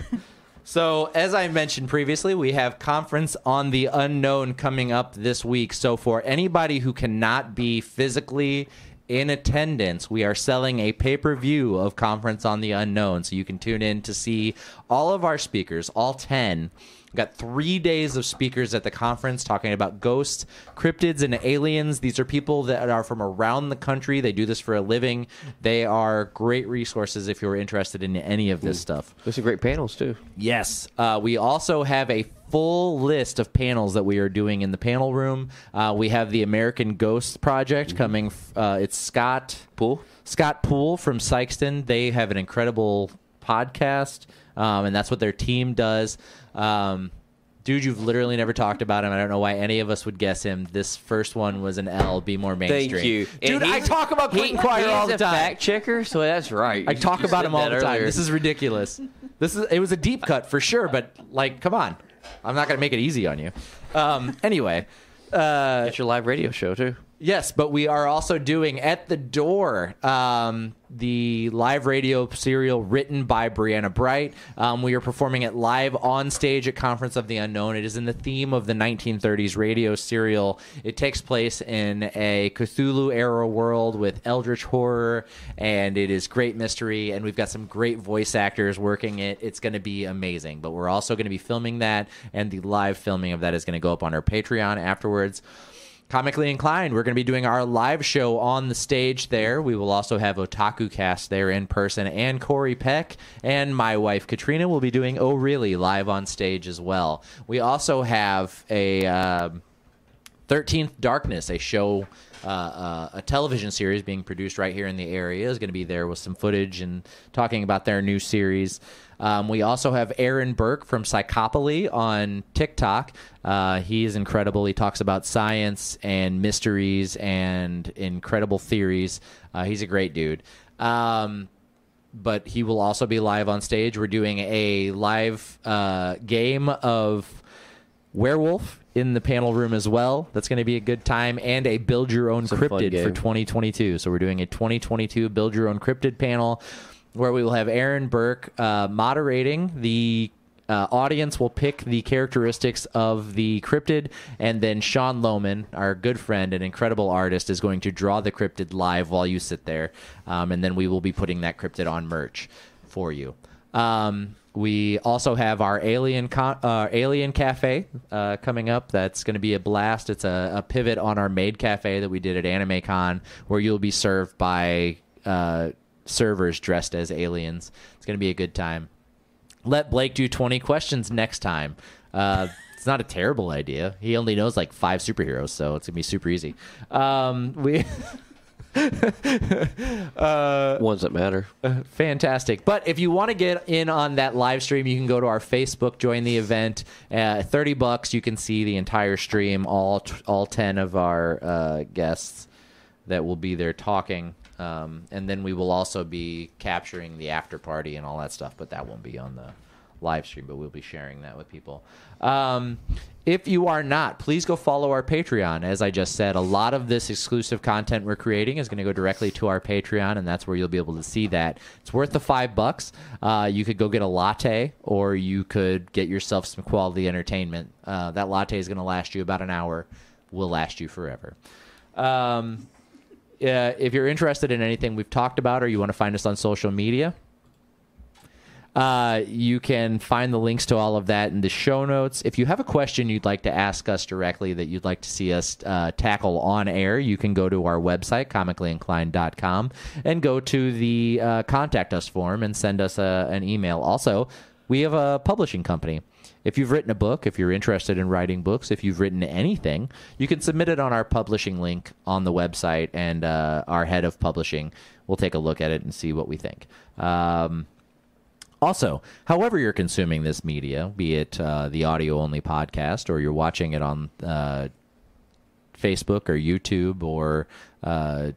Speaker 1: so, as I mentioned previously, we have Conference on the Unknown coming up this week. So, for anybody who cannot be physically in attendance, we are selling a pay per view of Conference on the Unknown. So, you can tune in to see all of our speakers, all 10. We've got three days of speakers at the conference talking about ghosts, cryptids, and aliens. These are people that are from around the country. They do this for a living. They are great resources if you're interested in any of this stuff.
Speaker 2: There's some great panels too.
Speaker 1: Yes. Uh, we also have a full list of panels that we are doing in the panel room. Uh, we have the American Ghosts Project coming. f- Uh, it's Scott Poole. Scott Poole from Sykeston. They have an incredible podcast, um, and that's what their team does. Um, dude, you've literally never talked about him. I don't know why any of us would guess him. This first one was an L. Be more mainstream. Dude, I talk about Quentin Quire all the time.
Speaker 2: Fact checker, so that's right.
Speaker 1: I talk about him all the time. This is ridiculous. This is it was a deep cut for sure, but like, come on, I'm not gonna make it easy on you. Um, anyway, uh,
Speaker 2: it's your live radio show too.
Speaker 1: yes, but we are also doing at the door um, the live radio serial written by Brianna Bright. Um, we are performing it live on stage at Conference of the Unknown. It is in the theme of the 1930s radio serial. It takes place in a Cthulhu era world with eldritch horror and it is great mystery and we've got some great voice actors working it it's going to be amazing but we're also going to be filming that and the live filming of that is going to go up on our patreon afterwards comically inclined we're going to be doing our live show on the stage there we will also have otaku cast there in person and corey peck and my wife katrina will be doing oh really live on stage as well we also have a um, 13th Darkness, a show, uh, uh, a television series being produced right here in the area, is going to be there with some footage and talking about their new series. Um, we also have Aaron Burke from Psychopoly on TikTok. Uh, he is incredible. He talks about science and mysteries and incredible theories. Uh, he's a great dude. Um, but he will also be live on stage. We're doing a live uh, game of werewolf in the panel room as well. That's going to be a good time and a build your own
Speaker 2: a fun
Speaker 1: cryptid for
Speaker 2: game.
Speaker 1: 2022. So we're doing a 2022 build your own cryptid panel where we will have Aaron Burke uh, moderating the. Uh, audience will pick the characteristics of the cryptid, and then Sean Lohman, our good friend and incredible artist, is going to draw the cryptid live while you sit there, um, and then we will be putting that cryptid on merch for you. Um, we also have our Alien con- uh, Alien Cafe uh, coming up. That's going to be a blast. It's a, a pivot on our Maid Cafe that we did at Anime Con, where you'll be served by uh, servers dressed as aliens. It's going to be a good time. Let Blake do 20 questions next time. Uh, it's not a terrible idea. He only knows like five superheroes, so it's going to be super easy. Um, we. Uh,
Speaker 2: Ones that matter.
Speaker 1: Fantastic. But if you want to get in on that live stream, you can go to our Facebook, join the event. Uh, 30 bucks, you can see the entire stream, all t- all 10 of our uh, guests that will be there talking. Um, and then we will also be capturing the after party and all that stuff, but that won't be on the live stream, but we'll be sharing that with people. Um, if you are not, please go follow our Patreon. As I just said, a lot of this exclusive content we're creating is going to go directly to our Patreon, and that's where you'll be able to see that. It's worth the five bucks. Uh, you could go get a latte, or you could get yourself some quality entertainment. Uh, that latte is going to last you about an hour, will last you forever. Um, uh, if you're interested in anything we've talked about or you want to find us on social media, uh, you can find the links to all of that in the show notes. If you have a question you'd like to ask us directly that you'd like to see us uh, tackle on air, you can go to our website, comicallyinclined.com, and go to the uh, contact us form and send us a, an email. Also, we have a publishing company. If you've written a book, if you're interested in writing books, if you've written anything, you can submit it on our publishing link on the website, and uh, our head of publishing will take a look at it and see what we think. Um, also, however you're consuming this media, be it uh, the audio only podcast or you're watching it on uh, Facebook or YouTube or uh,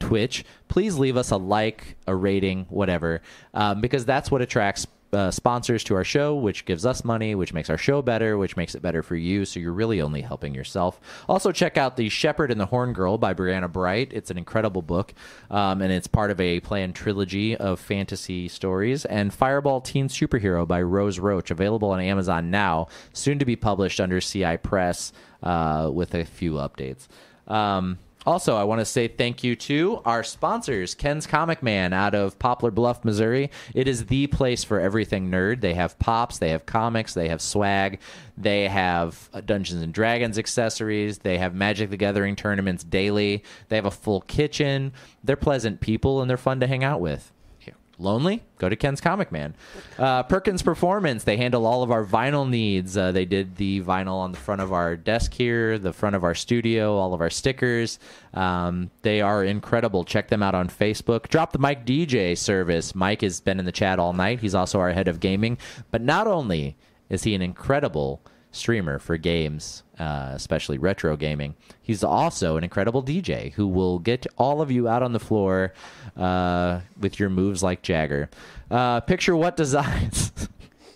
Speaker 1: Twitch, please leave us a like, a rating, whatever, um, because that's what attracts uh, sponsors to our show, which gives us money, which makes our show better, which makes it better for you. So you're really only helping yourself. Also, check out The Shepherd and the Horn Girl by Brianna Bright. It's an incredible book, um, and it's part of a planned trilogy of fantasy stories. And Fireball Teen Superhero by Rose Roach, available on Amazon now, soon to be published under CI Press uh, with a few updates. Um, also, I want to say thank you to our sponsors, Ken's Comic Man out of Poplar Bluff, Missouri. It is the place for everything nerd. They have pops, they have comics, they have swag, they have uh, Dungeons and Dragons accessories, they have Magic the Gathering tournaments daily, they have a full kitchen. They're pleasant people and they're fun to hang out with lonely, go to Ken's Comic Man. Uh, Perkins Performance, they handle all of our vinyl needs. Uh, they did the vinyl on the front of our desk here, the front of our studio, all of our stickers. Um, they are incredible. Check them out on Facebook. Drop the Mike DJ service. Mike has been in the chat all night. He's also our head of gaming. But not only is he an incredible streamer for games, uh, especially retro gaming. He's also an incredible DJ who will get all of you out on the floor uh, with your moves like Jagger. Uh, picture what designs.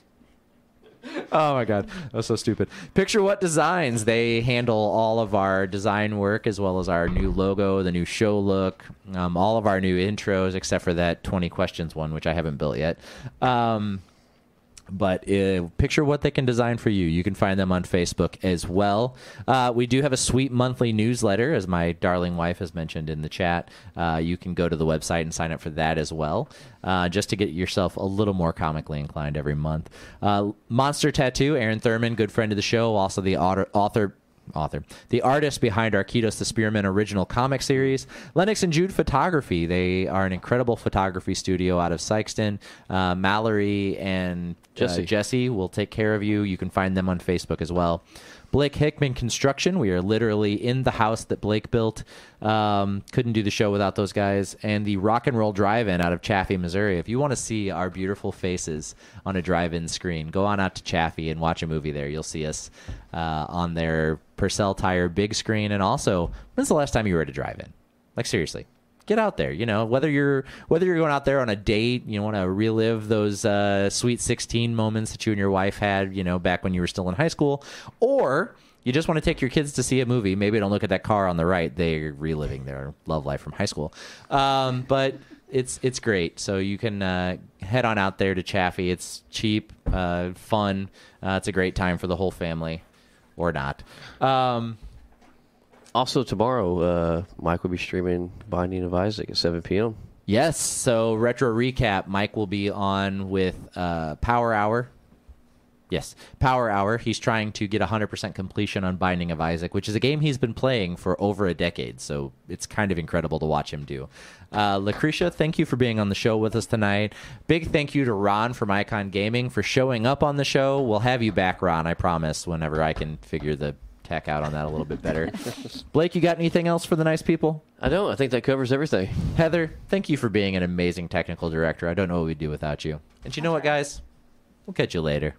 Speaker 1: oh my god that's so stupid picture what designs they handle all of our design work as well as our new logo the new show look um, all of our new intros except for that 20 questions one which i haven't built yet um, but uh, picture what they can design for you. You can find them on Facebook as well. Uh, we do have a sweet monthly newsletter, as my darling wife has mentioned in the chat. Uh, you can go to the website and sign up for that as well, uh, just to get yourself a little more comically inclined every month. Uh, Monster Tattoo, Aaron Thurman, good friend of the show, also the author. author author, the artist behind Arquitos the Spearman original comic series, Lennox and Jude Photography. They are an incredible photography studio out of Sykeston. Uh, Mallory and uh, Jesse.
Speaker 2: Jesse.
Speaker 1: Jesse will take care of you. You can find them on Facebook as well. Blake Hickman Construction. We are literally in the house that Blake built. Um, couldn't do the show without those guys. And the Rock and Roll Drive In out of Chaffee, Missouri. If you want to see our beautiful faces on a drive in screen, go on out to Chaffee and watch a movie there. You'll see us uh, on their Purcell Tire big screen. And also, when's the last time you were at a drive in? Like, seriously get out there you know whether you're whether you're going out there on a date you want to relive those uh, sweet 16 moments that you and your wife had you know back when you were still in high school or you just want to take your kids to see a movie maybe don't look at that car on the right they're reliving their love life from high school um, but it's it's great so you can uh, head on out there to chaffee it's cheap uh, fun uh, it's a great time for the whole family or not um,
Speaker 2: Also tomorrow, uh, Mike will be streaming Binding of Isaac at 7 p.m.
Speaker 1: Yes. So retro recap. Mike will be on with uh, Power Hour. Yes, Power Hour. He's trying to get 100% completion on Binding of Isaac, which is a game he's been playing for over a decade. So it's kind of incredible to watch him do. Uh, Lucretia, thank you for being on the show with us tonight. Big thank you to Ron from Icon Gaming for showing up on the show. We'll have you back, Ron. I promise. Whenever I can figure the tech out on that a little bit better. Blake, you got anything else for the nice people?
Speaker 2: I don't. I think that covers everything.
Speaker 1: Heather, thank you for being an amazing technical director. I don't know what we'd do without you. And you know what, guys? We'll catch you later.